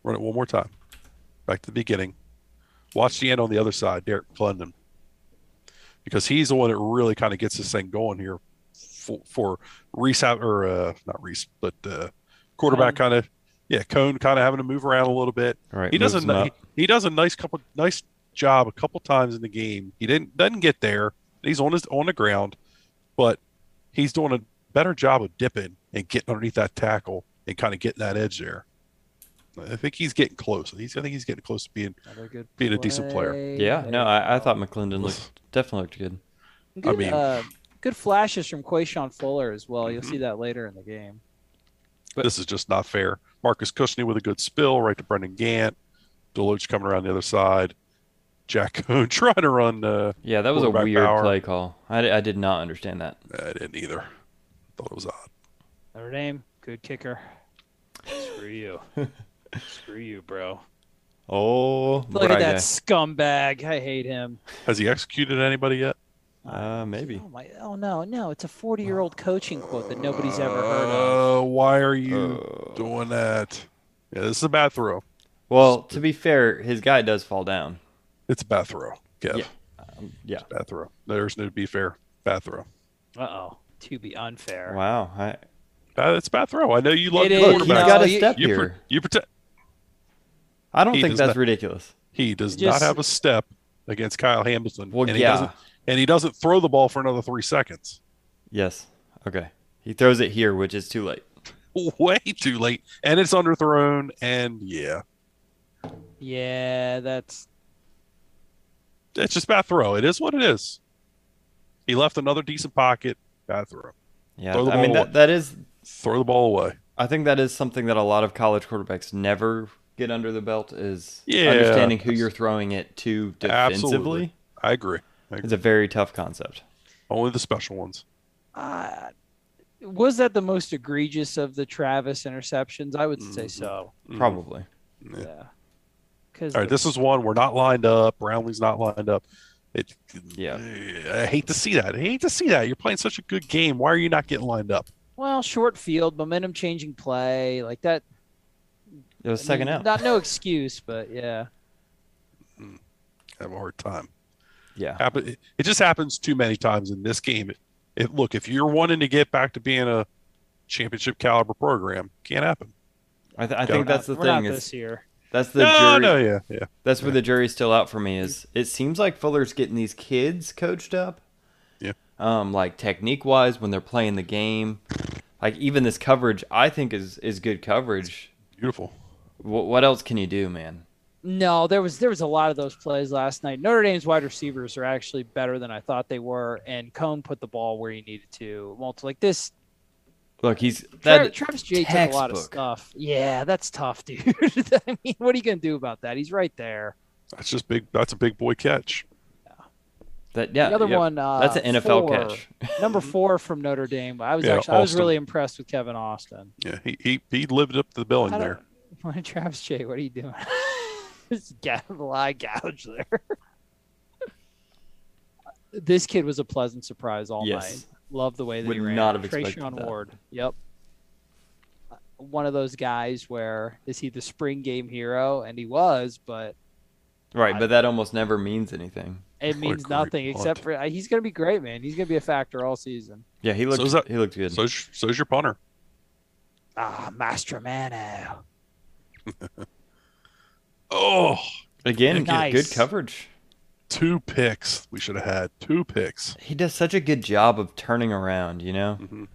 Run it one more time. Back to the beginning. Watch the end on the other side, Derek Clendon, because he's the one that really kind of gets this thing going here for, for Reese ha- or uh, not Reese, but uh, quarterback kind of yeah, Cone kind of having to move around a little bit. Right. he does moves a him ni- up. he, he does a nice couple nice job a couple times in the game. He didn't doesn't get there. He's on his on the ground, but he's doing a better job of dipping and getting underneath that tackle and kind of getting that edge there. I think he's getting close. He's I think he's getting close to being. Another good Being a decent player. play. Yeah. There No, you I, I go. thought McClendon looked definitely looked good. Good, mean- uh, good flashes from Quayshawn Fuller as well. You'll see that later in the game. this is just not fair. Marcus Cushney with a good spill right to Brendan Gant. Deloach coming around the other side. Jack Cohn trying to run. Uh, Yeah, that was a Quarterback weird power. play call. I, I did not understand that. I didn't either. Thought it was odd. Notre Dame, good kicker. Screw you. Screw you, bro. Oh, Look at that scumbag. I hate him. Has he executed anybody yet? Uh, maybe. Oh, my, oh no, no. It's a 40 year old coaching quote that nobody's ever heard of. Uh, why are you Uh, doing that? Yeah, this is a bad throw. well, to be fair, his guy does fall down. It's a bad throw. Kev. Yeah. Um, Yeah. Bad throw. There's no to be fair. Bad throw. Uh oh. To be unfair. Wow. I, Bad, Uh, it's a bad throw. I know you love It your is. look, he's quarterback. No, got a you- step you, here. pro- you protect. I don't he think does that's not- ridiculous. He does Just- not have a step against Kyle Hamilton. Well, and he yeah. doesn't and he doesn't throw the ball for another three seconds. Yes. Okay. He throws it here, which is too late. Way too late. And it's underthrown. And yeah. Yeah, that's. It's just bad throw. It is what it is. He left another decent pocket. Bad throw. Yeah. Throw the I mean, ball that, that is. Throw the ball away. I think that is something that a lot of college quarterbacks never get under the belt is Yeah. understanding who you're throwing it to defensively. Absolutely. Mm-hmm. I agree. I agree. It's a very tough concept. Only the special ones. Uh, was that the most egregious of the Travis interceptions? I would say Mhm. so. Mhm. Probably. Yeah. Yeah. Because All right, this is one we're not lined up. Brownlee's not lined up. It, Yeah. I hate to see that. I hate to see that. You're playing such a good game. Why are you not getting lined up? well, short field, momentum changing play like that. It was I second mean, out. Not no excuse, but yeah. I have a hard time. yeah. Happen. It, it just happens too many times in this game. It, it- look, if you're wanting to get back to being a championship caliber program, can't happen. I, th- I Go. think that's the We're Not thing. Is this year. that's the no, jury. no, yeah, yeah. That's where the jury's still out for me. Is it seems like Fuller's getting these kids coached up. Yeah. Um, like technique wise, when they're playing the game, like even this coverage, I think is is good coverage. Beautiful. Wh- what else can you do, man? No, there was there was a lot of those plays last night. Notre Dame's wide receivers are actually better than I thought they were, and Cone put the ball where he needed to. Multi like this Look, he's Tra- that Travis J took a lot of textbook. stuff. Yeah, that's tough, dude. I mean, what are you gonna do about that? He's right there. That's just big. That's a big boy catch. that yeah. the other yeah, one, uh, That's an four, NFL catch. number four from Notre Dame. I was Yeah, actually I was Austin. really impressed with Kevin Austin. Yeah, he he, he lived up to the billing I there. don't- Travis J, what are you doing? Just got a eye gouge there. this kid was a pleasant surprise all night. Yes. Love the way that Would he ran. not have Trayshawn expected that. Ward. Yep. Uh, One of those guys where is he the spring game hero? And he was, but Right, but that almost never means anything. it What a means great nothing punt. except for uh, he's going to be great, man. He's going to be a factor all season. Yeah, he looked is that- he looked good. So's so's your punter. Ah, Master Mano. Oh, Again, good- Nice. good coverage. two picks. We should have had two picks. He does such a good job of turning around, you know? Mhm.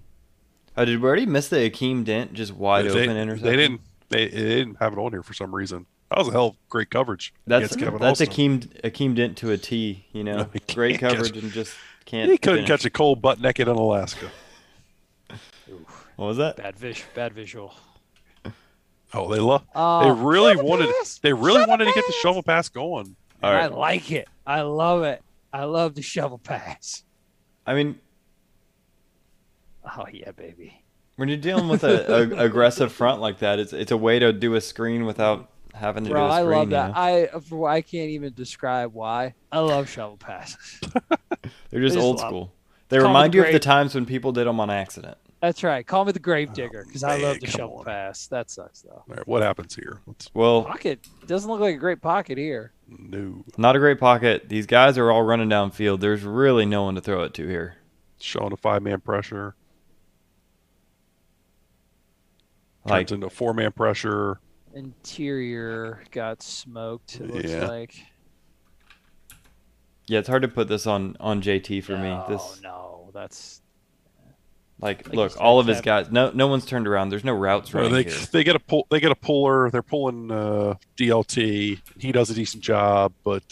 Oh, did we already miss the Akeem Dent just wide they, open they interception? didn't. They, they didn't have it on here for some reason. That was a hell of great coverage. That's against Kevin that's Austin. Akeem Akeem Dent to a T, you know. he can't Great catch- coverage and just can't. He couldn't finish. catch a cold butt naked in Alaska. What was that? Bad vis- bad visual. Oh, they love. Uh, they really shovel wanted. pass! They really Shovel wanted to get the pass! shovel pass going. All I right. like it. I love it. I love the shovel pass. I mean, Oh yeah, baby. when you're dealing with a, a aggressive front like that, it's it's a way to do a screen without having to Bro, do a I screen. love you that. know? I for- I can't even describe why. I love shovel passes. They're just I just old love- school. They Call it remind you of the great. times when people did them on accident. That's right. Call me the grave digger because I Oh, man, love the come shovel on. pass. That sucks though. All right, what happens here? Let's Well, Pocket doesn't look like a great pocket here. no. not a great pocket. These guys are all running downfield. There's really no one to throw it to here. Showing a five man pressure turns Like into four man pressure. Interior got smoked. It looks Yeah. like. Yeah, it's hard to put this on on JT for no, me. This no, that's like, you look, said, all of his Kev. guys. No, no one's turned around. There's no routes Or running they here. they get a pull. They get a puller. They're pulling uh, DLT. He does a decent job, but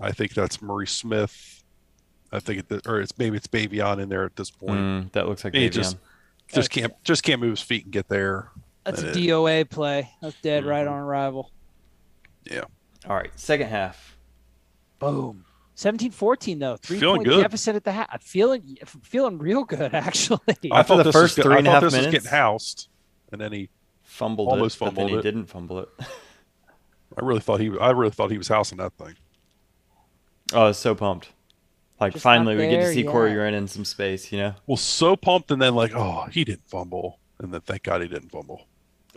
I think that's Murray Smith. I think it, or it's maybe it's Bavion in there at this point. Mm, that looks like He Davion. just just can't just can't move his feet and get there. that's a Uh, DOA play. That's dead Mm-hmm. right on arrival. All right, second half. Boom. 17-14 though. Three Feeling point good. deficit at the half. I'm feeling I'm feeling real good actually. I After thought the this first was, three I and a thought half this was minutes. getting housed, and then he. Fumbled Almost it, but then fumbled he it. didn't fumble it. I really thought he. I really thought he was housing that thing. Oh, I was so pumped. Like Just not finally we get there to see Corey yet. Urin in some space, you know. Well, so pumped, and then like, oh, he didn't fumble, and then thank God he didn't fumble.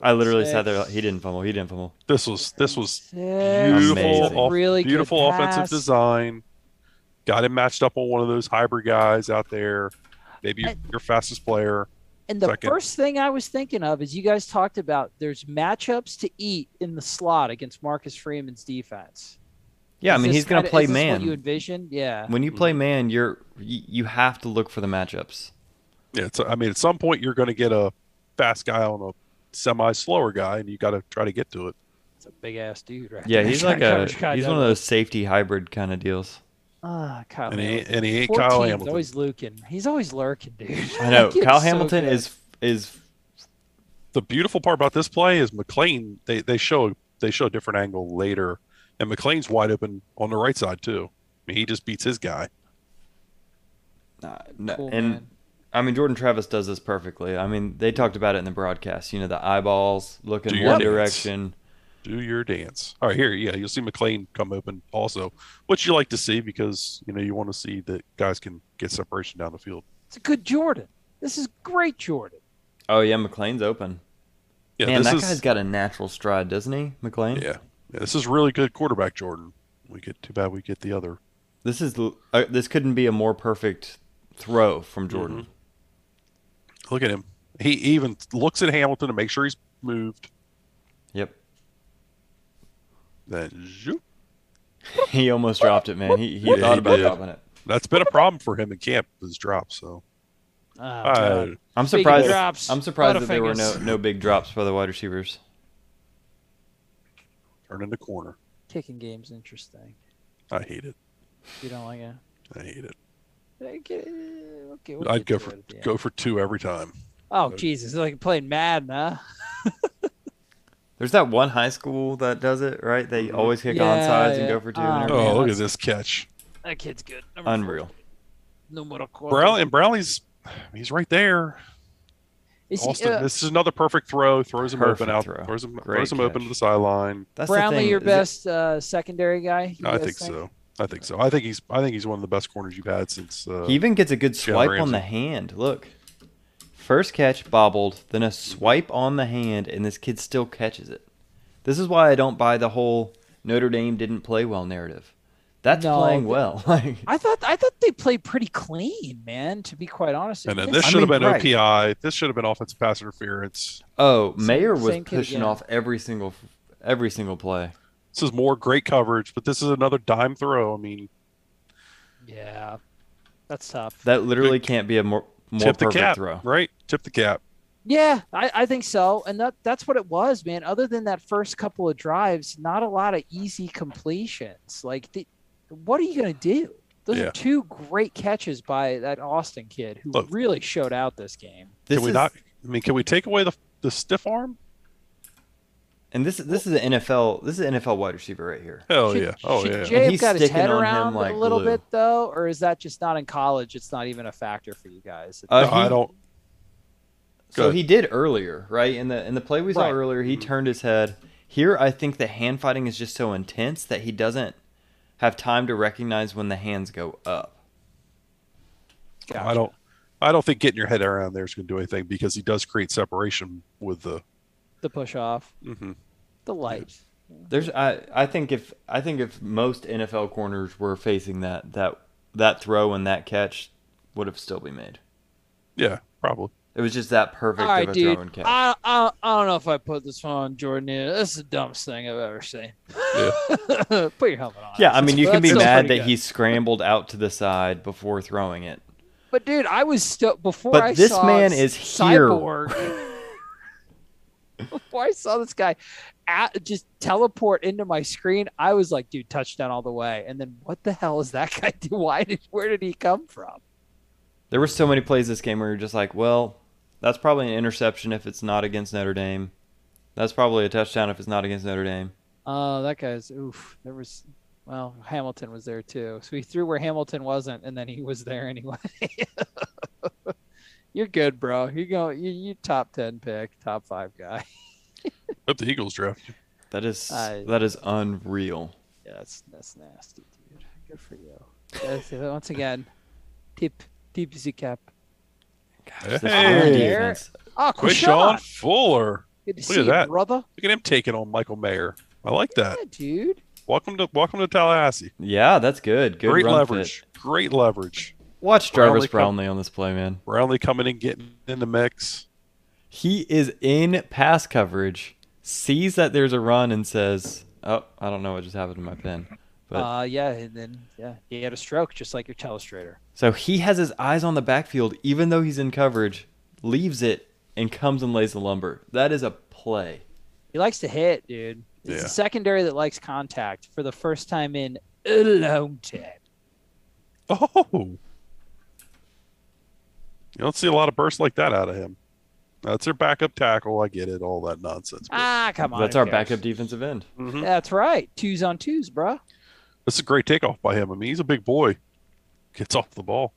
I literally sat there Six. like, he didn't fumble, he didn't fumble. This was this was Beautiful, Amazing. beautiful, off- really good beautiful offensive pass. design. Got him matched up on one of those hybrid guys out there. Maybe your, I- your fastest player. And the Second. first thing I was thinking of is you guys talked about there's matchups to eat in the slot against Marcus Freeman's defense. Yeah, Is I mean this he's gonna kinda- play is this man. What you envision? Yeah. when you play man, you're you, you have to look for the matchups. Yeah, it's, I mean, at some point you're going to get a fast guy on a semi slower guy, and you got to try to get to it. It's a big ass dude, right? Yeah, there. he's like a Coverage guy he's does one of it. those safety hybrid kind of deals. Ah, Kyle. And he Hamilton. and he ain't 14 Kyle 's Hamilton. Always lurking. He's always lurking, dude. I know. He's Kyle so Hamilton good. is is the beautiful part about this play is McLean. They they show they show a different angle later, and McLean's wide open on the right side too. I mean, he just beats his guy. Uh, no, Cool, and man. I mean Jordan Travis does this perfectly. I mean they talked about it in the broadcast. You know the eyeballs Do looking your one dance. direction. Do your dance. All right, here, yeah, you'll see McLean come open also, which you like to see because you know you want to see that guys can get separation down the field. It's a good Jordan. This is great Jordan. Oh yeah, McLean's open. Yeah, Man, this that is guy's got a natural stride, doesn't he, McLean? yeah, yeah, this is really good quarterback Jordan. We get too bad we get the other. This is l- uh, this couldn't be a more perfect throw from Jordan. Look at him. He even looks at Hamilton to make sure he's moved. Mm-hmm. Yep. Then zoop. He almost dropped it, man. He he Yeah, thought he about did. dropping it. that's been a problem for him in camp. His drop. So Oh, Uh, God. I'm Speaking surprised. of drops, I'm surprised that there were no Butterfingers. no big drops by the wide receivers. turning the corner. Kicking game's interesting. I hate it. You don't like it? eh, I hate it. Okay, okay, we'll I'd get go to for it at the end. go for two every time. Oh Jesus! It's like playing Madden, huh? There's that one high school that does it, right? They always kick Yeah, onsides yeah. and go for two. Ah, man, and Mm-hmm. Oh, look everything. at this catch. That kid's good. Number unreal. four, No more Brown and Brownlee's he's right there. Is he, Austin, uh, this is another perfect throw. Throws him Perfect open out. throw. Throws him, Great throws him open catch. to the sideline. That's the Brownlee thing, your is it- best uh, secondary guy? You I guys think so. I think so. I think he's. I think he's one of the best corners you've had since. Uh, He even gets a good Jalen swipe on Ramsey. the hand. Look. First catch bobbled, then a swipe on the hand, and this kid still catches it. This is why I don't buy the whole Notre Dame didn't play well narrative. That's No, playing th- well. Like I thought I thought they played pretty clean, man. To be quite honest, and then Even this I should have mean, been right. OPI. This should have been offensive pass interference. Oh, Same- Mayer was same kid pushing again. off every single every single play. This is more great coverage, but this is another dime throw. I mean, if- yeah, that's tough. That literally can't be a more, more tip the perfect cap, throw. right? Tip the cap. Yeah, I, I think so, and that that's what it was, man. Other than that first couple of drives, not a lot of easy completions. Like, the, what are you gonna do? Those Yeah. are two great catches by that Austin kid who Look. really showed out this game. This can we is, not? I mean, can we take away the the stiff arm? And this this is an NFL this is an NFL wide receiver right here. Hell Should- yeah! Oh should yeah! Jay And have he's got his sticking head on him around it like a little glue. bit though, or is that just not in college? It's not even a factor for you guys. Uh, No, he- I don't. So Good. he did earlier, right? In the in the play we saw Right. earlier, he turned his head. Here, I think the hand fighting is just so intense that he doesn't have time to recognize when the hands go up. I don't. I don't think getting your head around there is going to do anything because he does create separation with the. the push off, Mhm. the light. There's I I think if I think if most NFL corners were facing that that that throw and that catch would have still been made. Yeah, probably. It was just that perfect All right, of a dude. throw and catch. I, I I don't know if I put this on Jordan. Here. This is the dumbest thing I've ever seen. Yeah. put your helmet on. yeah, I mean you But can be that's still mad that pretty good. he scrambled out to the side before throwing it. But dude, I was still before. But I this saw man is here. Cyborg, before I saw this guy at, just teleport into my screen, I was like, dude, touchdown all the way. And then what the hell is that guy? Do? Why did? Where did he come from? There were so many plays this game where you're just like, well, that's probably an interception if it's not against Notre Dame. That's probably a touchdown if it's not against Notre Dame. Oh, that guy's oof. There was well, Hamilton was there too. So he threw where Hamilton wasn't and then he was there anyway. You're good, bro. You go you you top ten pick, top five guy. Hope the Eagles draft. you. That is I- that is unreal. Yeah, that's that's nasty, dude. Good for you. That's- uh, once again, tip tip the cap. Gosh, this Hey. Auburn defense. Oh, Quishon Quishon. Fuller. Good to Look see at you, that. brother. Look at him taking on Michael Mayer. I like Yeah, that. dude. Welcome to welcome to Tallahassee. Yeah, that's good. Good Great run leverage. fit. Great leverage. Watch Brownlee Jarvis come- Brownlee on this play, man. Brownlee coming in, getting in the mix. He is in pass coverage, sees that there's a run, and says, "Oh, I don't know what just happened to my pen." But Uh yeah, and then yeah, he had a stroke just like your telestrator. So he has his eyes on the backfield, even though he's in coverage, leaves it, and comes and lays the lumber. That is a play. He likes to hit, dude. It's Yeah. the secondary that likes contact for the first time in a long time. Oh. You don't see a lot of bursts like that out of him. That's their backup tackle. I get it. All that nonsense. but- Ah, come on. That's who our cares? backup defensive end. Mhm. That's right. Twos on twos, bro. This is a great takeoff by him. I mean, he's a big boy. Gets off the ball.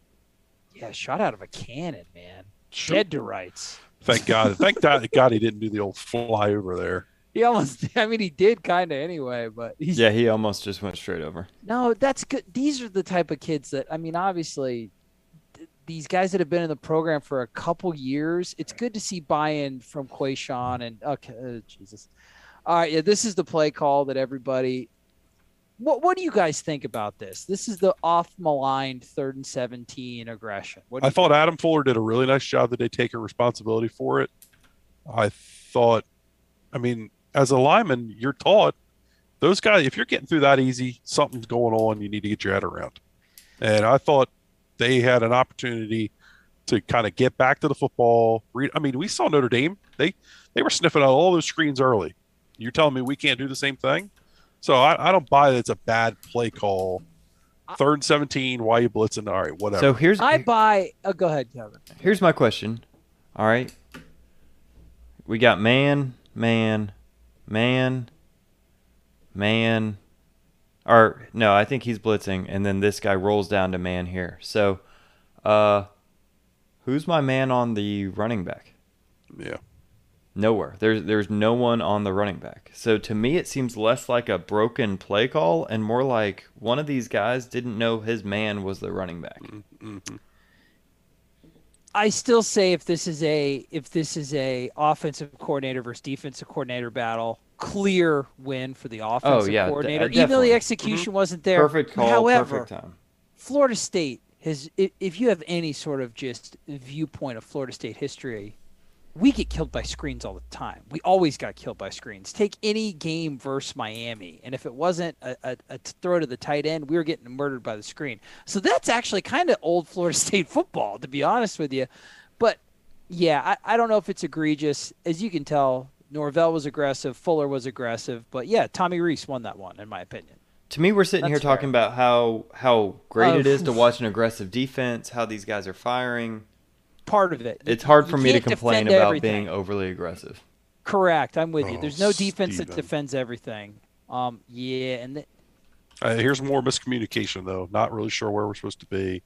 Yeah, shot out of a cannon, man. Shoot. Dead to rights. Thank God. Thank God, God he didn't do the old fly over there. He almost. I mean, he did kind of anyway, but he's, Yeah, he almost just went straight over. No, that's good. These are the type of kids that I mean, obviously, th- these guys that have been in the program for a couple years. It's good to see buy-in from Quayshawn and okay, uh, Jesus. All right, yeah, this is the play call that everybody. What What do you guys think about this? This is the off maligned third and seventeen aggression. What do I you thought Adam Fuller did a really nice job that they taking responsibility for it. I thought, I mean, as a lineman, you're taught those guys, if you're getting through that easy, something's going on, you need to get your head around. And I thought they had an opportunity to kind of get back to the football. Read, I mean, we saw Notre Dame, they, they were sniffing out all those screens early. You're telling me we can't do the same thing? So I, I don't buy that it's a bad play call. Third and 17, why you blitzing? All right, whatever. So here's I buy. Oh, go uh, ahead, Kevin. here's my question. All right, We got man, man, man, man. Or no, I think he's blitzing, and then this guy rolls down to man here. So, uh, who's my man on the running back? Yeah. Nowhere. There's there's no one on the running back. So to me, it seems less like a broken play call and more like one of these guys didn't know his man was the running back. Mhm. I still say if this is a if this is a offensive coordinator versus defensive coordinator battle, clear win for the offensive Oh, yeah, de- coordinator. Even though definitely. Mm-hmm. the execution wasn't there. Perfect call. However, perfect time. Florida State has i- if you have any sort of just viewpoint of Florida State history, we get killed by screens all the time. We always got killed by screens. Take any game versus Miami, and if it wasn't a, a, a throw to the tight end, we were getting murdered by the screen. So that's actually kind of old Florida State football, to be honest with you. But yeah, I, I don't know if it's egregious. As you can tell, Norvell was aggressive, Fuller was aggressive, but yeah, Tommy Reese won that one, in my opinion. To me, we're sitting here That's fair. talking about how how great Oh, it is to phew. watch an aggressive defense, how these guys are firing. Part of it. You- It's hard you for me to can't defend complain about everything. being overly aggressive. Correct. I'm with you. Oh, There's no defense that Steven. defends everything. Um, yeah, and th- Uh, here's more miscommunication though. Not really sure where we're supposed to be.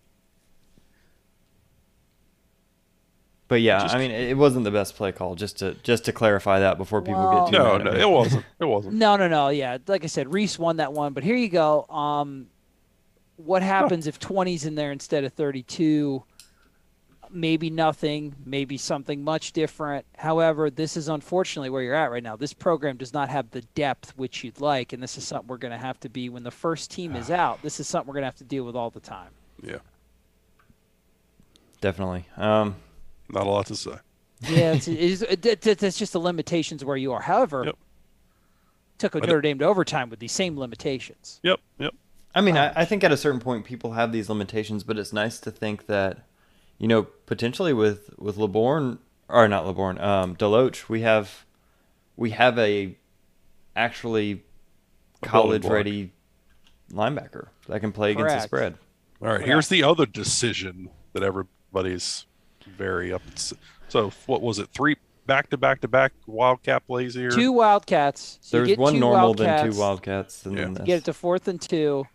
But yeah, Just- I mean, it it wasn't the best play call. Just to just to clarify that before people Well- get too No, mad at no, me. it wasn't. It wasn't. no, no, no. Yeah, like I said, Reese won that one. But here you go. Um, what happens if 20's in there instead of 32? Maybe nothing. Maybe something much different. However, this is unfortunately where you're at right now. This program does not have the depth which you'd like, and this is something we're going to have to be when the first team is Ah. out. This is something we're going to have to deal with all the time. Yeah. Definitely. Um, Not a lot to say. Yeah, it's, it's, it- that- that- that's just the limitations where you are. However, Yep. took a But- Notre Dame to overtime with these same limitations. Yep. Yep. I mean, I, I think at a certain point people have these limitations, but it's nice to think that, you know, potentially with with LeBourne or not LeBourne, um, Deloach, we have we have a actually A building block. college ready linebacker that can play against Correct. the spread. All right. Here's the other decision that everybody's very up. So what was it? Three back to back to back Wildcat plays here. Two Wildcats. So you There's get one two normal, Wildcats, then two Wildcats, and Yeah. then you this. Get it to fourth and two,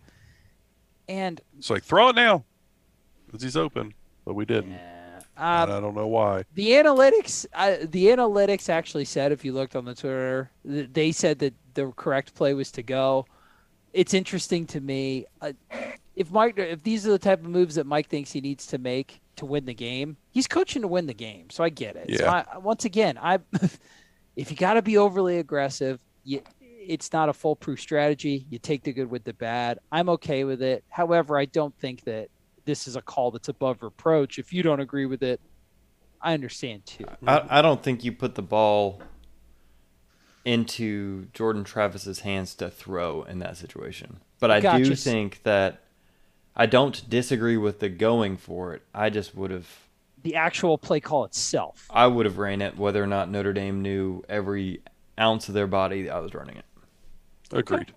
and It's like throw it now, 'cause he's open, but we didn't. uh, and I don't know why. the analytics. Uh, the analytics actually said, if you looked on the Twitter, th- they said that the correct play was to go. It's interesting to me. Uh, if Mike, if these are the type of moves that Mike thinks he needs to make to win the game, he's coaching to win the game, so I get it. So Yeah. I, once again, I, if you got to be overly aggressive, you, it's not a foolproof strategy. You take the good with the bad. I'm okay with it. However, I don't think that this is a call that's above reproach. If you don't agree with it, I understand too. I, I don't think you put the ball into Jordan Travis's hands to throw in that situation. But I do Gotcha. think that I don't disagree with the going for it. I just would have The actual play call itself. I would have ran it whether or not Notre Dame knew every ounce of their body I was running it. Agreed.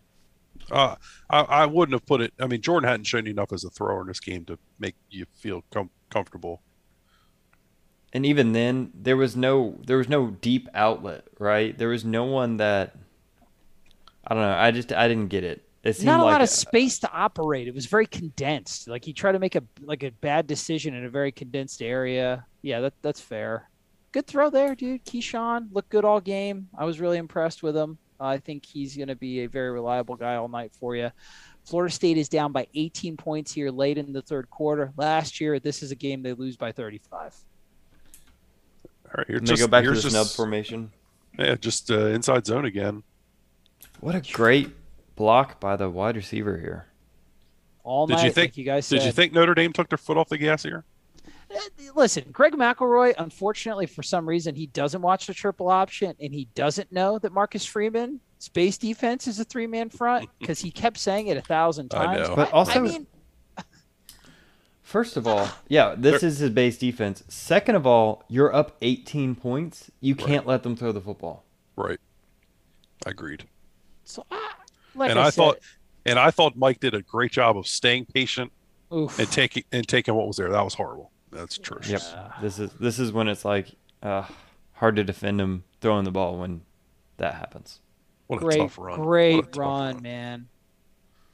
Uh, I, I wouldn't have put it. I mean, Jordan hadn't shown you enough as a thrower in this game to make you feel com- comfortable. And even then there was no there was no deep outlet, right? There was no one that I don't know. I just I didn't get it. It seemed Not a like lot of space to operate. It was very condensed. Like he tried to make a like a bad decision in a very condensed area. Yeah, that that's fair. Good throw there, dude. Keyshawn looked good all game. I was really impressed with him. I think he's going to be a very reliable guy all night for you. Florida State is down by 18 points here late in the third quarter. Last year, this is a game they lose by 35. All right, here's and they just go back to the here's snub just, formation. yeah, just uh, inside zone again. What a great block by the wide receiver here. All Did you night, think- like you guys Did said. you think Notre Dame took their foot off the gas here? Uh, listen, Greg McElroy, unfortunately, for some reason, he doesn't watch the triple option and he doesn't know that Marcus Freeman space defense is a three man front because he kept saying it a thousand I times. know. But also- I mean, First of all, yeah, this is his base defense. Second of all, you're up 18 points. You can't let them throw the football. Right. Agreed. so, I- like and I, I, said, thought, and I thought Mike did a great job of staying patient oof, and taking and taking what was there. That Uh, was horrible. That's atrocious. Yep. This is this is when it's like uh, hard to defend them throwing the ball when that happens. What a great, tough run. What a great tough run, man.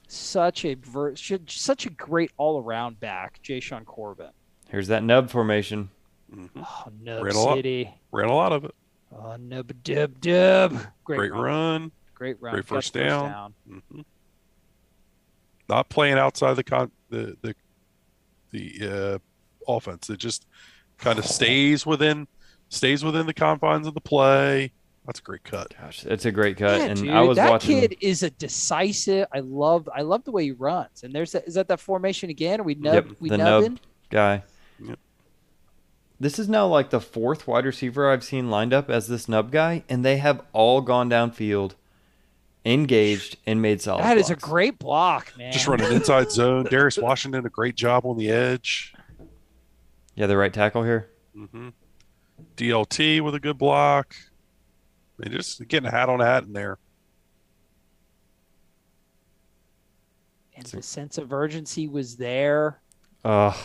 Such a ver- should- such a great all around back, Jay Sean Corbin. Here's that nub formation. Mhm. Oh, Nub Ran a lot. City. Ran a lot of it. Oh, Nub Dub Dub. Great, Great run. run. Great run. Great Got the first down. hmm Not playing outside the con the the the uh, offense. It just kind of stays within stays within the confines of the play. That's a great cut. Gosh, that's a great cut. Yeah, and dude, I was that watching. kid is a decisive. I love, I love the way he runs. And there's that, is that that formation again? Are we nub, Yep, we the nub. nubbing? guy. Yep. This is now like the fourth wide receiver I've seen lined up as this nub guy, and they have all gone downfield, engaged, and made solid. That is a blocks. great block, man. Just run an inside zone. Darius Washington, a great job on the edge. Yeah, the right tackle here. hmm DLT with a good block. They just getting a hat on a hat in there. And the sense of urgency was there. Ugh.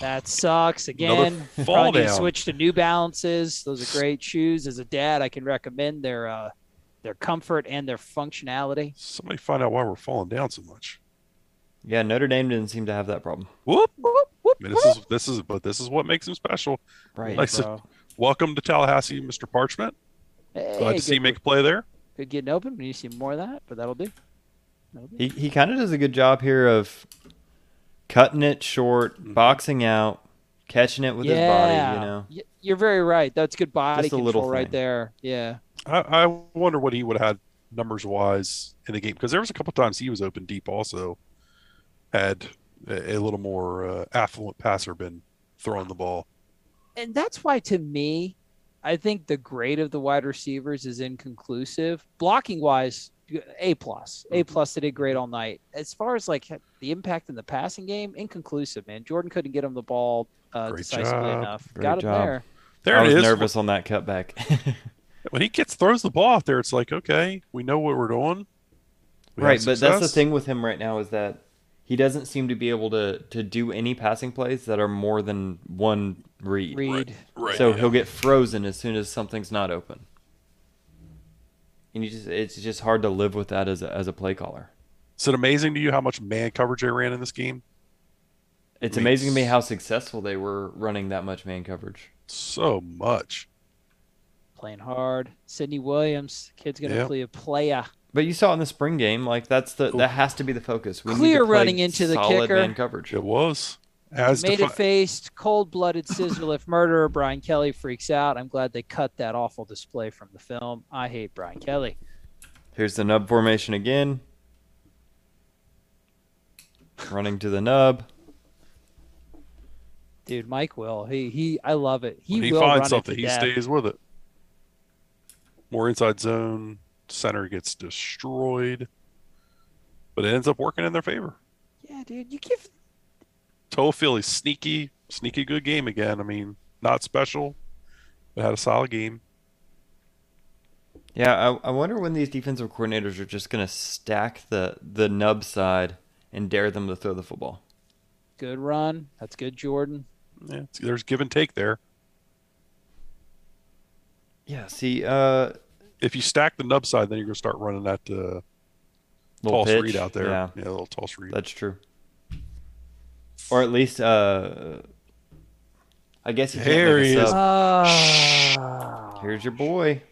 That sucks. Another Again, fall probably need to down. switch to New Balances. Those are great shoes. As a dad, I can recommend their uh, their comfort and their functionality. Somebody find out why we're falling down so much. Yeah, Notre Dame didn't seem to have that problem. Whoop. Whoop, whoop, I mean, this is this is but this is what makes him special. Right. Nice. bro. Welcome to Tallahassee, Mr. Parchment. Hey, Glad to see you good- make a play there. good getting open. We need to see more of that, but that'll do. That'll do. He he kind of does a good job here of cutting it short, Mm-hmm. boxing out, catching it with his body. You know. Y- You're very right. That's good body Just a control little right thing. there. Yeah. I, I wonder what he would have had numbers wise in the game because there was a couple times he was open deep also had a, a little more uh, affluent passer been throwing the ball. And that's why to me, I think the grade of the wide receivers is inconclusive. Blocking wise, A plus. A Mm-hmm. plus they did great all night. As far as like the impact in the passing game, inconclusive, man. Jordan couldn't get him the ball uh, Great decisively job. enough. Great Got him job. there. There I was it is. nervous on that cutback. When he gets throws the ball out there, it's like okay, we know what we're doing. We had right, but that's the success. thing with him right now is that he doesn't seem to be able to to do any passing plays that are more than one read. Read. Right. So he'll get frozen as soon as something's not open. And you just it's just hard to live with that as a, as a play caller. Is it amazing to you how much man coverage they ran in this game? It's Makes- amazing to me how successful they were running that much man coverage. So much. Playing hard. Sidney Williams, kid's gonna Yeah. play a player. But you saw in the spring game, like that's the Cool. that has to be the focus. We need Clear to play running into the solid kicker. man coverage. It was as Made it defi- faced, cold blooded scissor lift murderer. Brian Kelly freaks out. I'm glad they cut that awful display from the film. I hate Brian Kelly. Here's the nub formation again. Running to the nub. Dude, Mike will. He he I love it. He, when he will run finds it something, to he death. stays with it. More inside zone, center gets destroyed, but it ends up working in their favor. Yeah, dude. You give Toe Philly, sneaky, sneaky good game again. I mean, not special, but had a solid game. Yeah, I, I wonder when these defensive coordinators are just going to stack the the nub side and dare them to throw the football. good run. That's good, Jordan. Yeah, it's- there's give and take there. Yeah, see, uh, If you stack the nub side, then you're gonna start running that uh, little toss pitch. read out there. Yeah, a little toss read. that's true. Or at least, uh, I guess you can't There make a he is. sub. Ah. Here's your boy.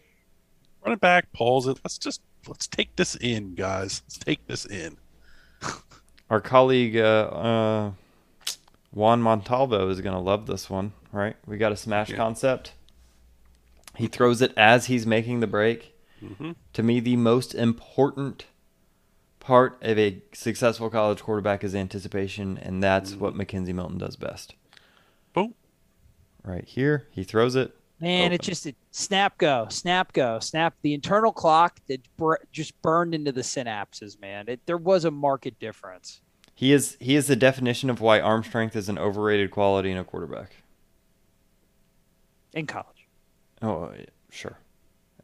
Run it back, pause it. Let's just let's take this in, guys. Let's take this in. Our colleague uh, uh, Juan Montalvo is going to love this one, right? We got a smash Yeah. concept. He throws it as he's making the break. hmm to me the most important part of a successful college quarterback is anticipation and that's what Mackenzie Milton does best. Mm-hmm. Boom. Right here, he throws it. Man, it open. just it, snap go, snap go, snap. The internal clock that br- just burned into the synapses, man. It, there was a market difference. He is he is the definition of why arm strength is an overrated quality in a quarterback. In college. Oh, yeah, sure.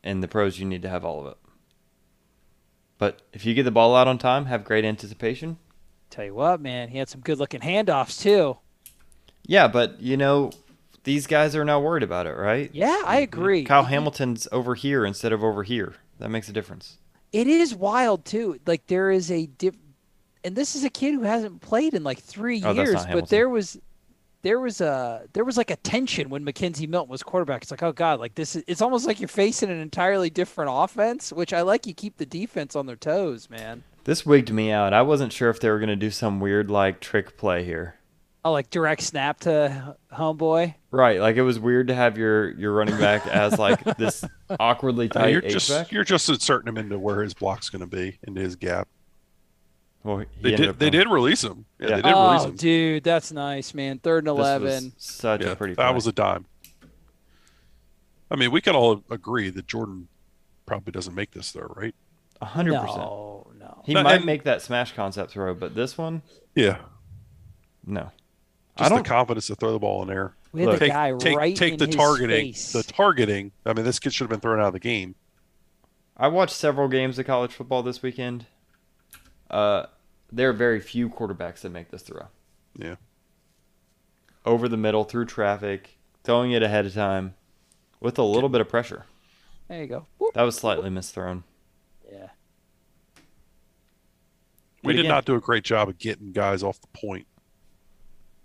In the pros you need to have all of it. But if you get the ball out on time, have great anticipation. Tell you what, man, he had some good looking handoffs too. Yeah, but you know these guys are not worried about it, right? Yeah, Mm-hmm. I agree. Kyle It- Hamilton's over here instead of over here. That makes a difference. It is wild too. Like there is a diff, and this is a kid who hasn't played in like three Oh, that's not years. But Hamilton. there was, there was a there was like a tension when Mackenzie Milton was quarterback. It's like oh god, like this is. It's almost like you're facing an entirely different offense. Which I like. You keep the defense on their toes, man. This wigged me out. I wasn't sure if they were going to do some weird like trick play here. Oh, like direct snap to homeboy. Right, like it was weird to have your your running back as like this awkwardly Uh, tight you're H just back. you're just inserting him into where his block's going to be into his gap. Well, he They ended did up they going- did release him. Yeah, Yeah. they did release Oh, him. dude, that's nice, man. Third and This was eleven. Such Yeah, a pretty. that play. was a dime. I mean, we can all agree that Jordan probably doesn't make this though, right? a hundred percent. No, no. He No, might and- make that smash concept throw, but this one, Yeah, no. I just the don't. confidence to throw the ball in there. We had Look, the Take guy take, right take in the his targeting. face. The targeting. I mean, this kid should have been thrown out of the game. I watched several games of college football this weekend. Uh, there are very few quarterbacks that make this throw. Yeah. Over the middle, through traffic, throwing it ahead of time, with a little bit of pressure. there you go. Whoop. That was slightly misthrown. Yeah. We But did again- not do a great job of getting guys off the point.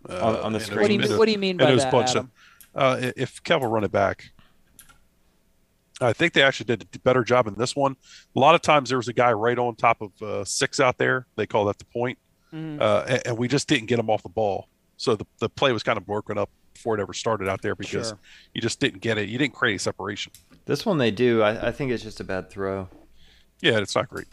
Uh, On- on and the it screen. What was do you min- mean? What do you mean and by it was that? bunched Adam? up. Uh, i- if Kev will run it back, I think they actually did a better job in this one. A lot of times there was a guy right on top of uh, six out there. They call that the point, Mhm. uh, and, and we just didn't get him off the ball. So the, the play was kind of broken up before it ever started out there because Sure. you just didn't get it. You didn't create any separation. This one they do. I, I think it's just a bad throw. Yeah, it's not great.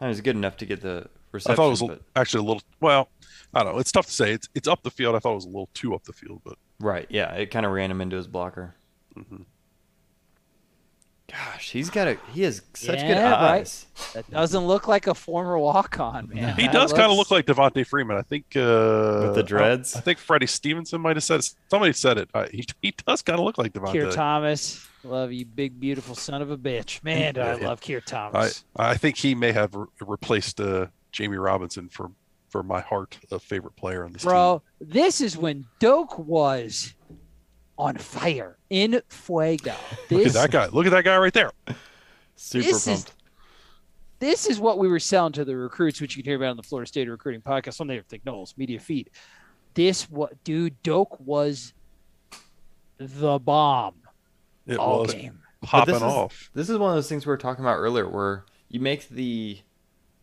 I mean, it's good enough to get the reception. I thought it was but- actually a little. Well, I don't know. It's tough to say. It's it's up the field. I thought it was a little too up the field, but right. Yeah, it kind of ran him into his blocker. Mm-hmm. Gosh, he's got a he has such good Yeah, right. eyes. That doesn't look like a former walk-on, man. he That does kind of looks- look like Devontae Freeman. I think uh, With the dreads? I, think Freddie Stevenson might have said somebody said it. I, he he does kind of look like Kier Devontae. Thomas. Love you, big beautiful son of a bitch, man. do I Yeah. love Kier I Thomas. I think he may have re- replaced uh, Jamie Robinson for for my heart of favorite player on this Bro, this is when Doak was on fire in Fuego. team. Look This at that guy. Look at that guy right there. Super This is- pumped. this is what we were selling to the recruits, which you can hear about on the Florida State Recruiting Podcast on the Eric Dick Knowles Media Feed. This what dude Doak was the bomb It all was game. But popping this is- off. This is one of those things we were talking about earlier where you make the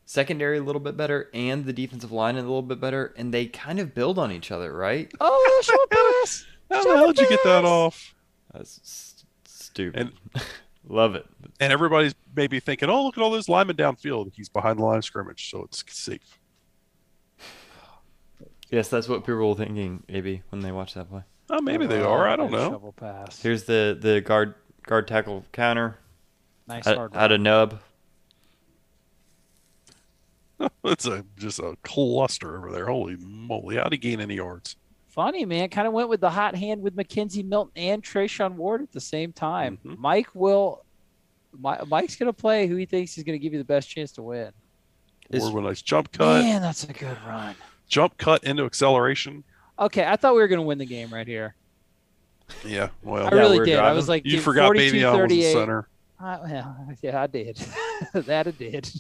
secondary a little bit better and the defensive line a little bit better and they kind of build on each other, right? Oh, short pass. How the hell did you get that Jackass! off? That's s- stupid. Love it. and everybody's maybe thinking, "Oh, look at all those linemen downfield. He's behind the line of scrimmage, so it's safe." Yes, that's what people were thinking maybe when they watch that play. Oh, maybe they are. I don't know. Shovel pass. Here's the the guard guard tackle counter Nice out, hard. out of nub. It's a just a cluster over there. Holy moly! How'd he gain any yards? Funny man, kind of went with the hot hand with Mackenzie Milton and Trayshawn Ward at the same time. Mhm. Mike will. Mi- Mike's gonna play who he thinks is gonna give you the best chance to win. Is- Or when I jump cut, Man, that's a good run. jump cut into acceleration. Okay, I thought we were gonna win the game right here. Yeah, well, I Yeah, really we're did. I driving. was like, you dude, forgot 42, Baby on was the 38. center. I, well, yeah, I did. that I did.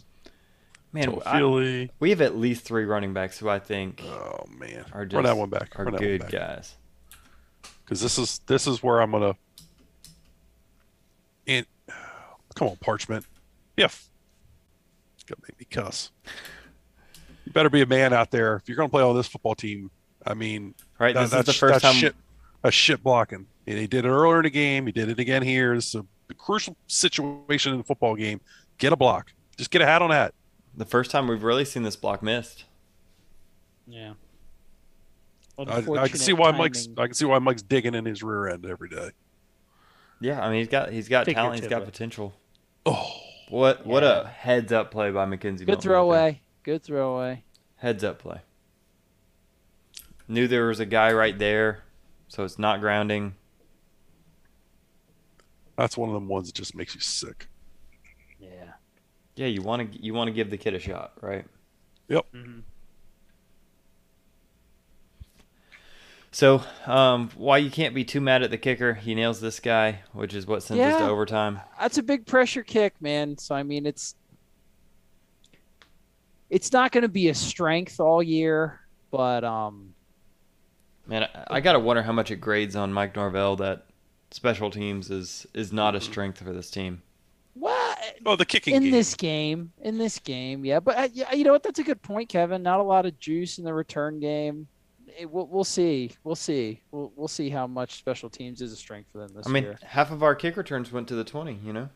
Man, I- Philly. we have at least three running backs who I think Oh man, are just run that one back. are Run that good one back. guys. Because this is this is where I'm gonna. And come on, parchment. Yeah, f- it's gonna make me cuss. You better be a man out there if you're gonna play on this football team. I mean, Right, that, this is that's, the first that's time shit. That's shit blocking. And he did it earlier in the game. He did it again here. It's a crucial situation in the football game. Get a block. Just get a hat on a hat. the first time we've really seen this block missed. Yeah. I, I can see why Mike's. I can see why Mike's digging in his rear end every day. Yeah, I mean he's got he's got talent, he's got Figuratively. potential. Oh, What what Yeah. a heads up play by Mackenzie. Good Milton right there. throwaway. Good throwaway. Heads up play. Knew there was a guy right there, so it's not grounding. that's one of them ones that just makes you sick. Yeah. Yeah, you want to you want to give the kid a shot, Mm-hmm. right? So, um, why you can't be too mad at the kicker? He nails this guy, which is what sends us to Yeah. overtime. That's a big pressure kick, man. So I mean, it's it's not going to be a strength all year, but um, Man, I, I gotta wonder how much it grades on Mike Norvell that special teams is is not a strength for this team. well, Oh, the kicking in game. this game, in this game, yeah. But uh, yeah, you know what? That's a good point, Kevin. Not a lot of juice in the return game. It, we'll, we'll see. We'll see. We'll, we'll see how much special teams is a strength for them this I mean, year. half of our kick returns went to the twenty. You know,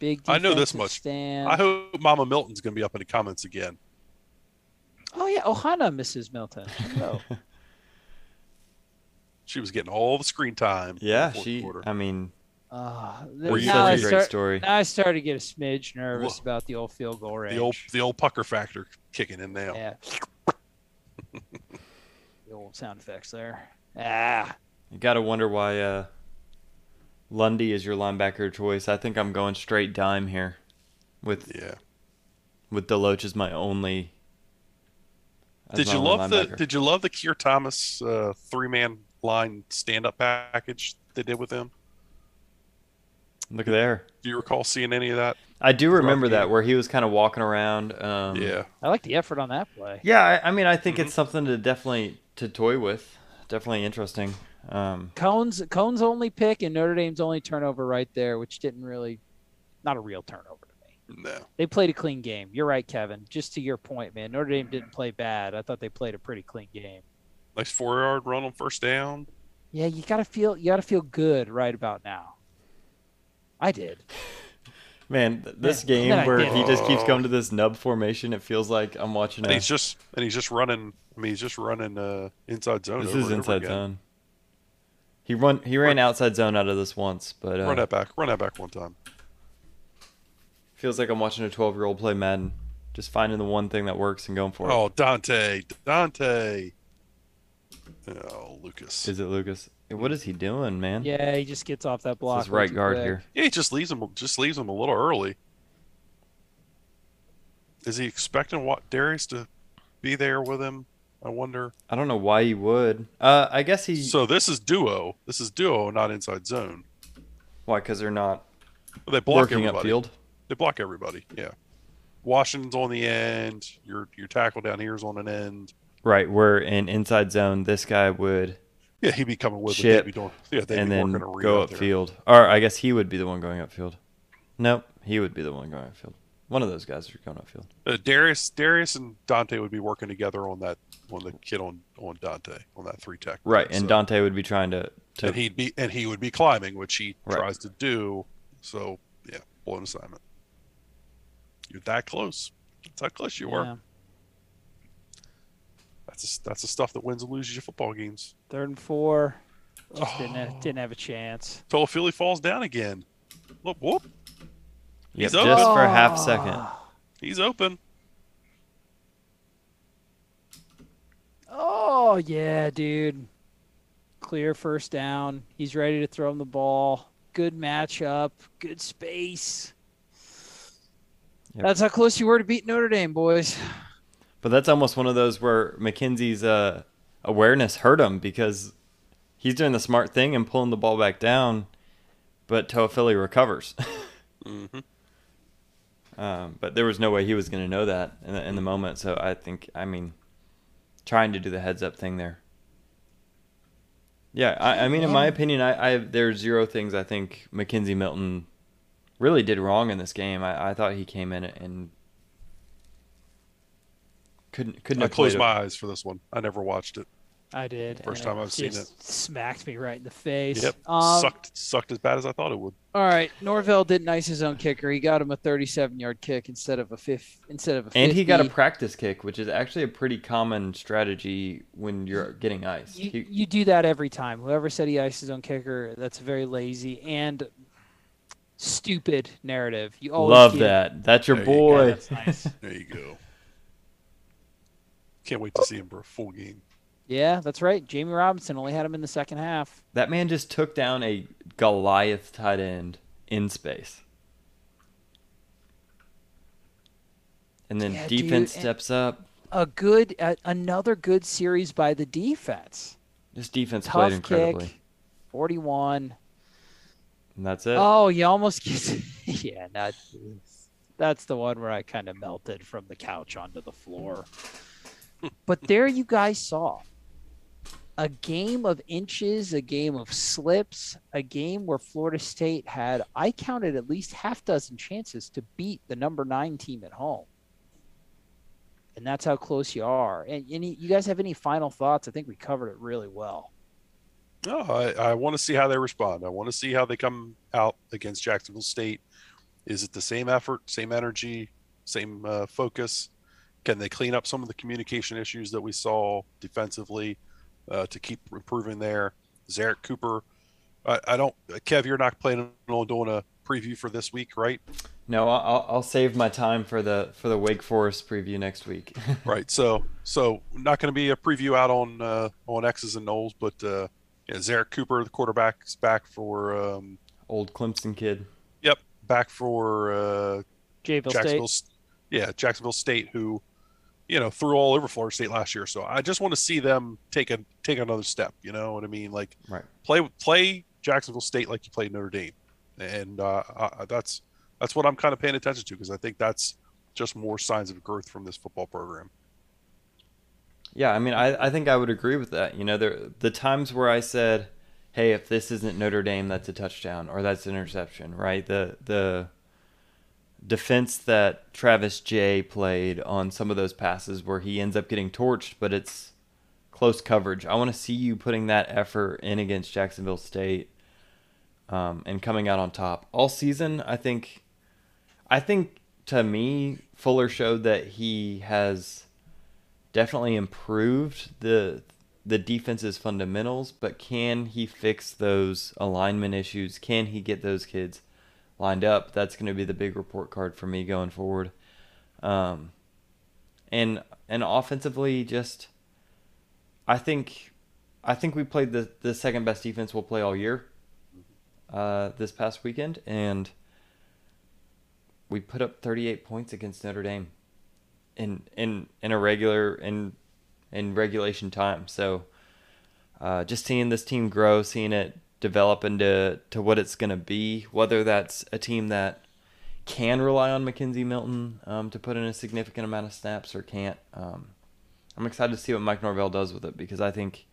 Big. I know this defensive much. Stand. I hope Mama Milton's going to be up in the comments again. oh yeah, Ohana misses Milton. No. She was getting all the screen time. in the yeah, fourth she. quarter. I mean, Uh, Were it's you- now, such I a great start, story. now I started to get a smidge nervous Whoa. about the old field goal range. the old the old pucker factor kicking in now. yeah. the old sound effects there. Ah, You gotta wonder why uh, Lundy is your linebacker choice. I think I'm going straight dime here, with Yeah. with Deloach as my only. as Did my you only love the linebacker. Did you love the Keir Thomas uh, three man line stand up package they did with him? Look there. Do you recall seeing any of that? I do remember game. that where he was kind of walking around. Um, yeah. Mm-hmm. I like the effort on that play. Yeah, I, I mean, I think it's something to definitely to toy with. Definitely interesting. Um, Cone's Cone's only pick and Notre Dame's only turnover right there, which didn't really, not a real turnover to me. No. They played a clean game. You're right, Kevin. Just to your point, man. Notre Dame didn't play bad. I thought they played a pretty clean game. Nice four yard run on first down. Yeah, you gotta feel you gotta feel good right about now. I did. man, th- this Yeah, game that I where did. he just Oh. keeps going to this nub formation, it feels like I'm watching. And A, he's just and he's just running. I mean, he's just running uh, inside zone. this over is and over inside again. zone. He run he ran outside zone out of this once, but uh, Run that back. Run that back one time. Feels like I'm watching a 12 year old play Madden. Just finding the one thing that works and going for it. Oh, Dante, Dante. Oh, Lucas. Is it Lucas? What is he doing, man? Yeah, he just gets off that block. This is way right too guard quick. here. Yeah, he just leaves him. Just leaves him a little early. Is he expecting what Darius to be there with him? I wonder. I don't know why he would. Uh, I guess he. So this is duo. This is duo, not inside zone. why? Because they're not They block working everybody. upfield. They block everybody. Yeah. Washington's on the end. Your your tackle down here is on an end. Right, we're in inside zone. This guy would, Yeah, he'd be coming with. Chip, it. They'd be doing. Yeah, they'd and be then working a read go out there. upfield. Or I guess he would be the one going upfield. Nope, he would be the one going upfield. One of those guys are going upfield. Uh, Darius, Darius, and Dante would be working together on that on the kid on on Dante on that three tech. Right, and So- Dante would be trying to. to and he'd be and he would be climbing, which he Right. tries to do. So yeah, blown assignment. You're that close. That's how close you were. Yeah. That's the- that's the stuff that wins and loses your football games. Third and four. Just didn't Oh. have, didn't have a chance. Fellow Philly falls down again. Look, whoop, yep, he's just open. for a half second. he's open. Oh yeah, dude. Clear first down. He's ready to throw him the ball. Good matchup. Good space. Yep. That's how close you were to beat Notre Dame, boys. But that's almost one of those where McKenzie's uh, awareness hurt him because he's doing the smart thing and pulling the ball back down, but Toa Philly recovers. Mm-hmm. um, but there was no way he was going to know that in the, in the moment. So I think, I mean, trying to do the heads up thing there. Yeah, I, I mean, in my opinion, I, I there's zero things I think McKenzie Milton really did wrong in this game. I, I thought he came in and couldn't couldn't I have played closed a- my eyes for this one. I never watched it. I did. First and time I've seen just Smacked me right in the face. Yep, Um, sucked sucked as bad as I thought it would. All right, Norvell didn't ice his own kicker. He got him a 37-yard kick instead of a fifth instead of a. 50. And he got a practice kick, which is actually a pretty common strategy when you're getting iced. you, He- you do that every time. Whoever said he iced his own kicker, that's very lazy and stupid narrative. You always love give- that. That's your There you go. Yeah, boy. that's nice. There you go. Can't wait to see him for a full game. yeah, that's right. Jamie Robinson only had him in the second half. That man just took down a Goliath tight end in space. And then Yeah, dude, defense and- steps up. a good a, another good series by the defense. This defense played Tough incredibly. kick, forty-one. And that's it. Oh, you almost get. yeah, not. That's the one where I kind of melted from the couch onto the floor. but there you guys saw a game of inches, a game of slips, a game where Florida State had, I counted at least half dozen chances to beat the number nine team at home. And that's how close you are. And any, you guys have any final thoughts? I think we covered it really well. No, I, I want to see how they respond. I want to see how they come out against Jacksonville State. Is it the same effort, same energy, same uh, focus? Can they clean up some of the communication issues that we saw defensively uh, to keep improving there? Zarek Cooper, I, I don't. Kev, you're not planning on doing a preview for this week, right? No, I- I'll, I'll save my time for the for the Wake Forest preview next week. Right. So, so not going to be a preview out on uh, on X's and Knowles, but uh, yeah, Zarek Cooper, the quarterback, is back for um, Old Clemson kid. yep, back for uh, Jacksonville State. Jacksonville, St- yeah, Jacksonville State, who you know threw all over Florida State last year. So I just want to see them take a take another step. You know what I mean? Like Right. play play Jacksonville State like you played Notre Dame, and uh, I, I- that's that's what I'm kind of paying attention to because I think that's just more signs of growth from this football program. Yeah, I mean, I, I think I would agree with that. You know, there the times where I said, "Hey, if this isn't Notre Dame, that's a touchdown or that's an interception," right? The the defense that Travis J played on some of those passes where he ends up getting torched, but it's close coverage. I want to see you putting that effort in against Jacksonville State um, and coming out on top all season. I think, I think to me, Fuller showed that he has definitely improved the the defense's fundamentals, but can he fix those alignment issues? Can he get those kids lined up? That's going to be the big report card for me going forward. Um, and and offensively, just I think I think we played the the second best defense we'll play all year uh, this past weekend, and we put up 38 points against Notre Dame in in in a regular in in regulation time. So uh, just seeing this team grow, seeing it develop into to what it's going to be, whether that's a team that can rely on Mackenzie Milton um, to put in a significant amount of snaps or can't. Um, I'm excited to see what Mike Norvell does with it because I think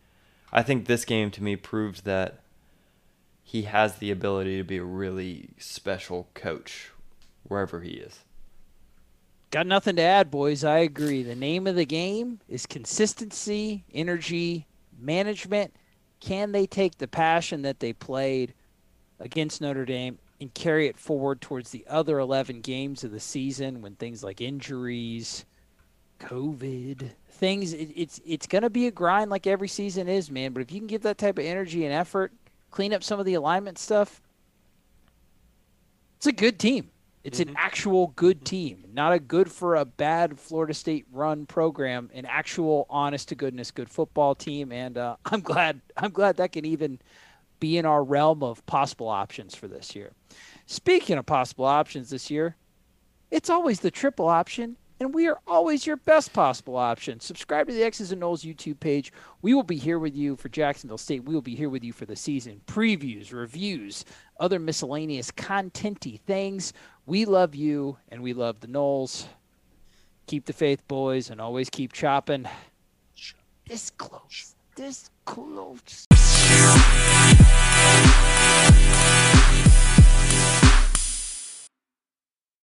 I think this game to me proved that he has the ability to be a really special coach wherever he is. Got nothing to add, boys. I agree. The name of the game is consistency, energy, management. Can they take the passion that they played against Notre Dame and carry it forward towards the other 11 games of the season when things like injuries, COVID, things it, it's it's going to be a grind like every season is, man, but if you can give that type of energy and effort, clean up some of the alignment stuff, it's a good team. It's an actual good team, not a good for a bad Florida State run program. An actual, honest to goodness, good football team, and uh, I'm glad. I'm glad that can even be in our realm of possible options for this year. Speaking of possible options this year, it's always the triple option, and we are always your best possible option. Subscribe to the X's and Knowles YouTube page. We will be here with you for Jacksonville State. We will be here with you for the season previews, reviews, other miscellaneous contenty things. We love you, and we love the Knowles. Keep the faith, boys, and always keep chopping. This close. This close.